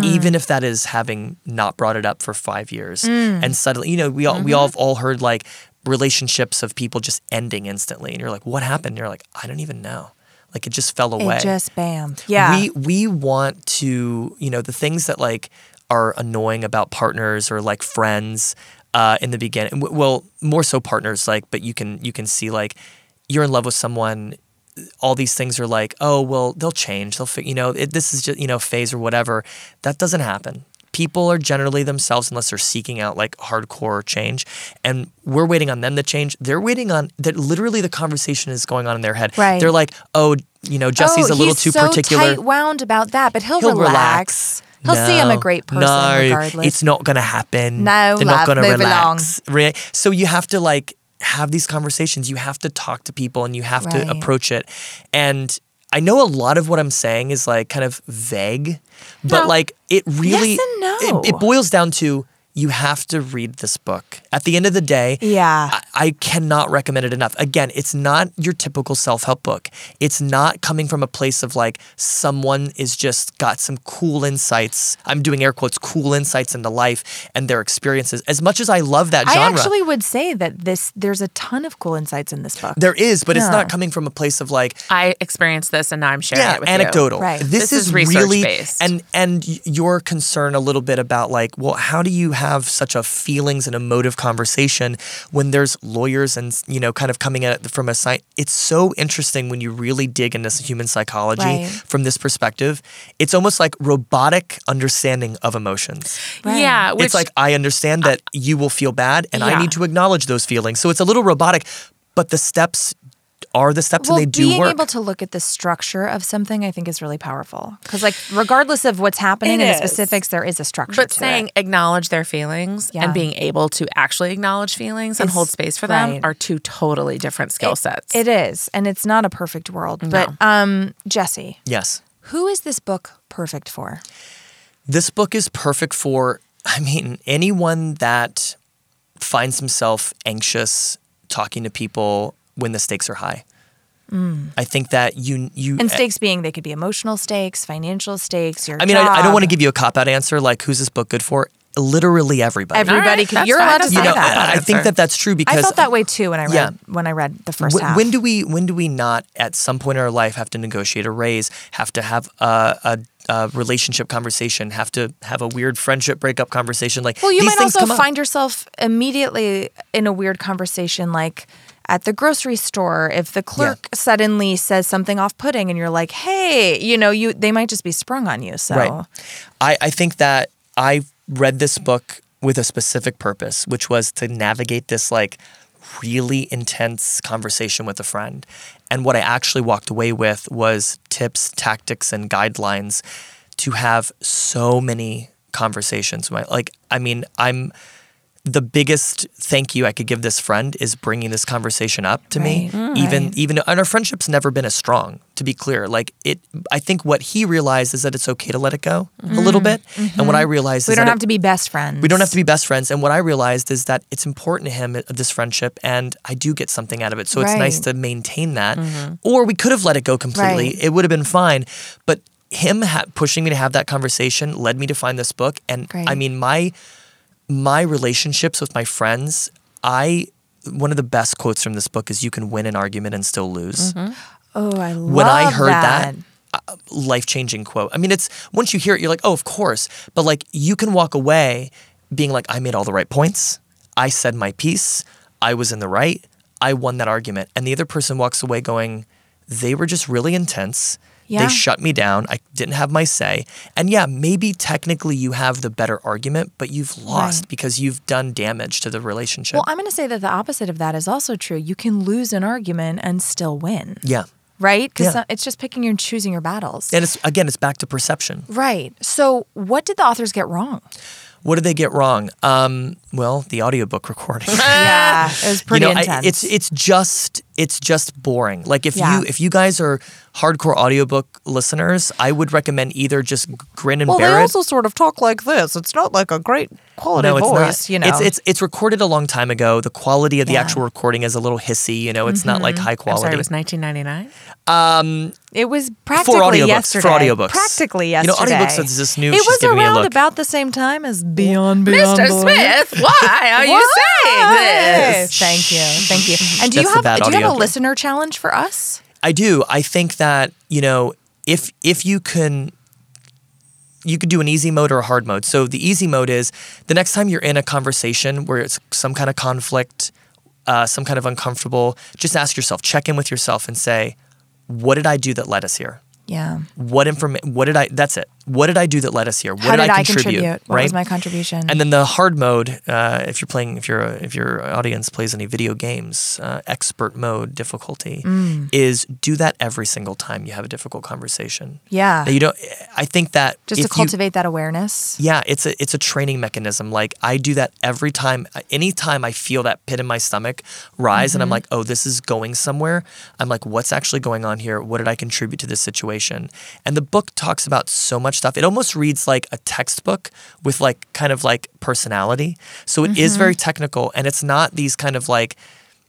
C: this even if that is having not brought it up for 5 years
A: Mm.
C: and suddenly you know we all
A: Mm-hmm.
C: we all have all heard like relationships of people just ending instantly and you're like what happened and you're like i don't even know like it just fell away
A: It just bam. Yeah.
C: we we want to you know the things that like are annoying about partners or like friends uh, in the beginning. w- Well, more so partners like, but you can you can see like you're in love with someone. All these things are like, oh well, they'll change. They'll fi-, you know it, this is just you know a phase or whatever. That doesn't happen. People are generally themselves unless they're seeking out like hardcore change, and we're waiting on them to change. They're waiting on that. Literally, the conversation is going on in their head.
A: Right.
C: They're like, oh, you know, Jesse's
A: oh,
C: a little
A: he's
C: too
A: so
C: particular.
A: Tight wound about that, but he'll,
C: He'll
A: relax.
C: relax.
A: He'll see I'm a
C: No,
A: great person
C: no,
A: regardless.
C: It's not going to happen.
A: No,
C: they're
A: love,
C: not going to
A: move
C: relax. Re- So you have to like have these conversations. You have to talk to people and you have
A: Right.
C: to approach it. And I know a lot of what I'm saying is like kind of vague, but like it really
A: Yes and no.
C: it, it boils down to you have to read this book. At the end of the day,
A: Yeah.
C: I, I cannot recommend it enough. Again, it's not your typical self help book. It's not coming from a place of like someone is just got some cool insights. I'm doing air quotes, cool insights into life and their experiences. As much as I love that
A: I
C: genre,
A: actually would say that this there's a ton of cool insights in this book.
C: there is, but it's
A: Yeah.
C: not coming from a place of like,
B: I experienced this and now I'm sharing it with you.
C: anecdotal.
A: Right.
C: This,
B: This is
C: is, really
B: research-based.
C: and and y- your concern a little bit about like, well, how do you have such a feelings and emotive conversation when there's lawyers and you know kind of coming at it from a science? It's so interesting when you really dig into s- human psychology
A: Right.
C: from this perspective. It's almost like robotic understanding of emotions.
A: Right.
B: Yeah, which
C: it's like I understand that you will feel bad, and I
B: Yeah.
C: need to acknowledge those feelings. So it's a little robotic, but the steps. Are the steps
A: well,
C: and they do
A: being
C: work.
A: able to look at the structure of something, I think, is really powerful. Because, like, regardless of what's happening
B: It
A: in the
B: is.
A: specifics, there is a structure.
B: but
A: to it.
B: saying acknowledge their feelings
A: Yeah.
B: and being able to actually acknowledge feelings and hold
A: Is-
B: space for them
A: right.
B: are two totally different skill sets.
A: it is, and it's not a perfect world. But, um, Jesse,
C: yes.
A: who is this book perfect for?
C: this book is perfect for i mean anyone that finds himself anxious talking to people when the stakes are high i think that you you
A: Mm. And stakes being they could be emotional stakes, financial stakes. Your
C: Eh. i mean I, I don't want to
A: job.
C: give you a cop out answer like who's this book good for literally everybody
B: All
A: everybody.
B: right,
A: could,
B: that's
A: you're
B: fine.
A: allowed to
B: That's
A: say
C: you
B: fine.
C: know
A: that.
C: I, I think
B: answer.
C: that that's true because
A: I felt that way too when I read
C: Yeah.
A: when I read the first
C: Wh-
A: half.
C: When do we when do we not at some point in our life have to negotiate a raise, have to have a, a, a relationship conversation, have to have a weird friendship breakup conversation? Like
A: well, you
C: these
A: might
C: things
A: also
C: come up.
A: find yourself immediately in a weird conversation, like at the grocery store. If the clerk suddenly says something off-putting, and you're like, "Hey," you know, you they might just be sprung on you. So
C: Right. I, I think that I read this book with a specific purpose, which was to navigate this like really intense conversation with a friend. And what I actually walked away with was tips, tactics, and guidelines to have so many conversations. My like, I mean, I'm the biggest thank you I could give this friend is bringing this conversation up to me. even even and our friendship's never been as strong. To be clear, like it, I think what he realized is that it's okay to let it go a little bit, and what I realized
A: Mm-hmm. We don't
C: is that
A: have to be best friends.
C: we don't have to be best friends. And what I realized is that it's important to him uh, this friendship, and I do get something out of it. So it's nice
A: Right. Mm-hmm.
C: to maintain that. Or we could have let it go completely;
A: Right.
C: it would have been fine. But him ha- pushing me to have that conversation led me to find this book, and I
A: Great.
C: mean my my relationships with my friends. I one of the best quotes from this book is, "You can win an argument and still lose."
A: Oh, I love
C: when I heard
A: that.
C: that, life changing quote. I mean, it's once you hear it, you're like, oh, of course. But like, you can walk away being like, I made all the right points. I said my piece. I was in the right. I won that argument. And the other person walks away going, they were just really intense.
A: Yeah.
C: They shut me down. I didn't have my say. And yeah, maybe technically you have the better argument, but you've lost because you've done damage to the relationship.
A: Well, I'm going to say that the opposite of that is also true. You can lose an argument and still win,
C: yeah.
A: right? Because
C: Yeah.
A: it's just picking and choosing your battles.
C: And it's again, it's back to perception.
A: right. So, what did the authors get wrong?
C: What did they get wrong? Um, well, the audiobook recording.
A: [laughs] yeah, it was [laughs] pretty
C: you know, I-
A: intense.
C: it's it's just it's just boring. Like if
A: Yeah.
C: you if you guys are hardcore audiobook listeners, I would recommend either just grin and bear it.
A: sort of talk like this. It's not like a great quality
C: No, it's not. It's it's it's recorded a long time ago. The quality of the
A: Yeah. Mm-hmm.
C: actual recording is a little hissy. You know, it's not like high
B: I'm
C: quality.
B: sorry, it was 1999.
A: It was practically
C: audiobooks, for
A: yesterday.
C: audiobooks.
A: Practically
C: You know,
A: yesterday.
C: audiobooks is this new-
A: It
C: she's
A: was
C: giving me a
A: around
C: look.
A: about the same time as Beyond Beyond
B: Mr.
A: Blue.
B: Smith, why are you saying
A: Why?
B: this?
A: Thank you, thank you. And do
C: That's the
A: you
C: bad
A: have do you have a
C: audio.
A: listener challenge for us?
C: I do. I think that you know if if you can. You could do an easy mode or a hard mode. So the easy mode is the next time you're in a conversation where it's some kind of conflict, uh, some kind of uncomfortable. Just ask yourself, check in with yourself, and say, "What did I do that led us here?
A: Yeah.
C: What information? What did I? That's it. What did I do that led us here? What
A: How did, I contribute?
C: contribute?
A: What
C: right?
A: was my contribution?
C: And then the hard mode, uh, if you're playing, if your if your audience plays any video games, uh, expert mode difficulty
A: Mm.
C: is do that every single time you have a difficult conversation.
A: Yeah.
C: Now, you don't. I think that
A: Just to
C: if you-
A: cultivate that awareness.
C: yeah, it's a it's a training mechanism. Like I do that every time. Anytime I feel that pit in my stomach rise,
A: Mm-hmm.
C: and I'm like, oh, this is going somewhere. I'm like, what's actually going on here? What did I contribute to this situation? And the book talks about so much stuff. It almost reads like a textbook with like kind of like personality. So it is
A: Mm-hmm.
C: very technical, and it's not these kind of like.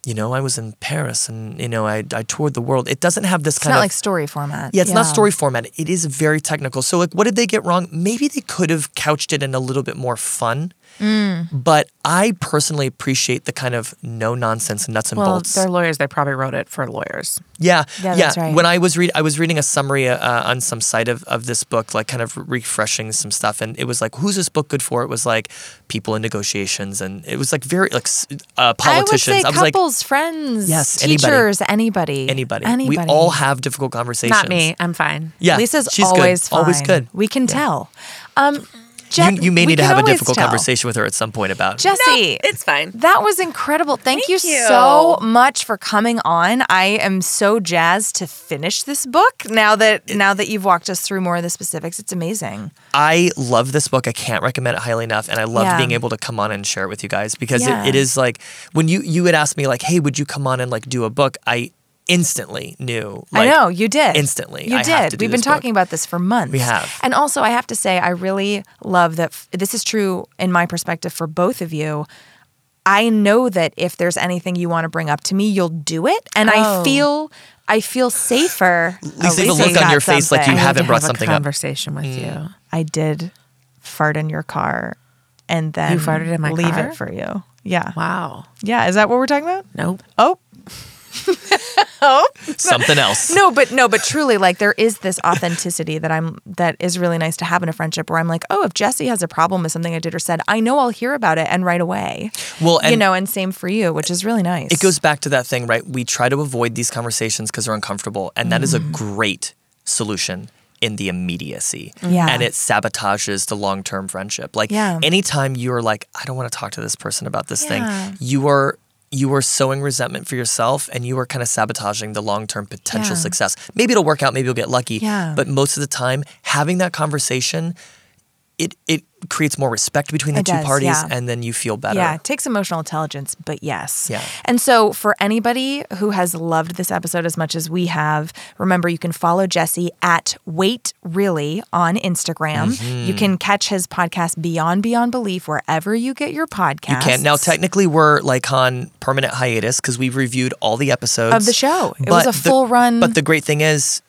C: You know, I was in Paris and, you know, I, I toured the world. It doesn't have this
A: It's
C: kind
A: not
C: of
A: like story format.
C: yeah, it's not story format. It is very technical. So, like, what did they get wrong? Maybe they could have couched it in a little bit more fun.
A: Mm.
C: But I personally appreciate the kind of no nonsense nuts and
B: Well,
C: bolts.
B: they're lawyers. They probably wrote it for lawyers.
C: Yeah,
A: Yeah,
C: yeah.
A: that's right.
C: When I was read, I was reading a summary uh, on some site of, of this book, like kind of refreshing some stuff, and it was like, who's this book good for? It was like people in negotiations, and it was like very like s- uh,
A: I
C: politicians.
A: would say
C: was like
A: couples, friends,
C: Yes, anybody.
A: teachers, anybody.
C: anybody.
A: Anybody.
C: We all have difficult conversations.
B: Not me. I'm fine.
C: Yeah,
A: Lisa's
C: she's good,
A: always fine.
C: always good.
A: We can tell. Um, Jen,
C: you, you may
A: we
C: need to
A: can
C: have a
A: always
C: difficult
A: tell.
C: conversation with her at some point about.
A: Jesse,
B: It's fine.
A: that was incredible. Thank,
B: Thank
A: you,
B: you.
A: so much for coming on. I am so jazzed to finish this book now that now that you've walked us through more of the specifics. It's amazing.
C: I love this book. I can't recommend it highly enough, and I love
A: Yeah.
C: being able to come on and share it with you guys because
A: Yeah.
C: it, it is like when you you had asked me like, "Hey, would you come on and like do a book?" I instantly knew. Like,
A: I know you did
C: instantly.
A: You
C: I
A: did.
C: have to do
A: We've been
C: this book.
A: talking about this for months.
C: We have.
A: And also, I have to say, I really love that. F- this is true in my perspective for both of you. I know that if there's anything you want to bring up to me, you'll do it, and I
B: Oh.
A: feel I feel safer.
C: [laughs] Lisa, the
A: Lisa's
C: look on
A: got
C: your face like you
A: something.
C: have haven't
B: to
C: brought
B: have
C: something
B: a
C: up. Mm.
B: conversation with you.
A: I did fart in your car, and then
B: You farted in my
A: leave
B: car?
A: it for you. Yeah,
B: Wow.
A: yeah. Is that what we're talking about?
B: Nope.
A: Oh,
C: something else.
A: [laughs] No, but no, but truly, like there is this authenticity that I'm that is really nice to have in a friendship where I'm like, oh, if Jesse has a problem with something I did or said, I know I'll hear about it and right away.
C: Well,
A: you
C: and-
A: know, and same for you, which is really nice.
C: It goes back to that thing, right? We try to avoid these conversations because they're uncomfortable, and that is
A: Mm-hmm.
C: a great solution in the immediacy.
A: Mm-hmm. Yeah.
C: And it sabotages the long term friendship. Like
A: Yeah.
C: anytime you're like, I don't want to talk to this person about this
A: Yeah.
C: thing, you are you are sowing resentment for yourself and you are kind of sabotaging the long-term potential
A: Yeah.
C: success. Maybe it'll work out, maybe you'll get lucky.
A: Yeah.
C: But most of the time, having that conversation, it it creates more respect between the
A: It
C: two
A: does,
C: parties,
A: yeah.
C: and then you feel better.
A: Yeah, it takes emotional intelligence, but yes.
C: Yeah.
A: And so, for anybody who has loved this episode as much as we have, remember you can follow Jesse at Wait Really on Instagram.
C: Mm-hmm.
A: You can catch his podcast Beyond Beyond Belief wherever you get your podcast.
C: You can now. Technically, we're like on permanent hiatus because we've reviewed all the episodes
A: Of the show. It was
C: But
A: a full run-
C: But the great thing is,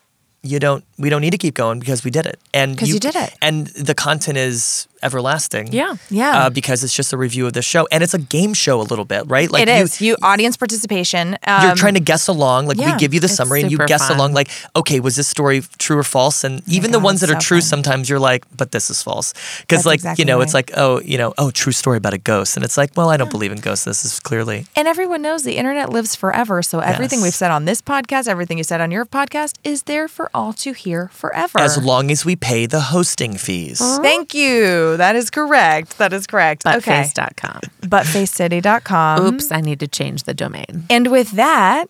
C: you don't. We don't need to keep going because we did it, and
A: 'Cause you did it.
C: and the content is everlasting.
B: Yeah.
A: Yeah.
C: Uh, because it's just a review of the show, and it's a game show a little bit, right? Like
A: It is you, audience participation. Um,
C: you're trying to guess along. Like
A: yeah,
C: we give you the
B: it's
C: summary and you
B: super
C: guess
B: fun.
C: along. Like, okay, was this story true or false? And even the
A: Oh God,
C: ones that
A: it's
C: are
A: so
C: true,
A: fun.
C: sometimes you're like, but this is false. Because
A: That's
C: like
A: exactly
C: you know, it's
A: right.
C: like oh, you know, oh, true story about a ghost, and it's like, well, I don't believe in ghosts. This is clearly
A: and everyone knows the internet lives forever. So everything
C: Yes.
A: we've said on this podcast, everything you said on your podcast, is there for all to hear forever.
C: as long as we pay the hosting fees.
A: Thank you. That is correct. That is correct. okay.
B: Buttface.com.
A: Buttfacecity.com.
C: Mm-hmm.
B: Oops, I need to change the domain.
A: And with that,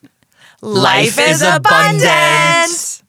C: Life is abundant.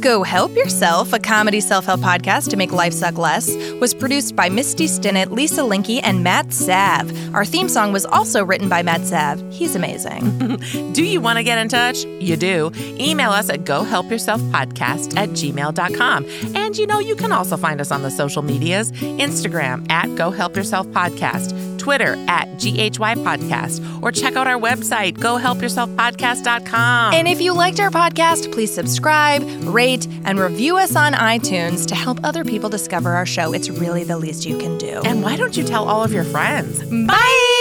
A: Go Help Yourself, a comedy self help podcast to make life suck less, was produced by Misty Stinnett, Lisa Linky, and Matt Sav. Our theme song was also written by Matt Sav. He's
C: [laughs]
A: amazing.
B: Do you want to get in touch? You do. Email us at gohelpyourselfpodcast at gmail.com. And you know, you can also find us on the social medias Instagram at gohelpyourselfpodcast, Twitter at GHY Podcast, or check out our website, gohelpyourselfpodcast.com.
A: and if you liked our podcast, please subscribe, rate, and review us on iTunes to help other people discover our show. It's really the least you can do.
B: and why don't you tell all of your friends?
A: Bye.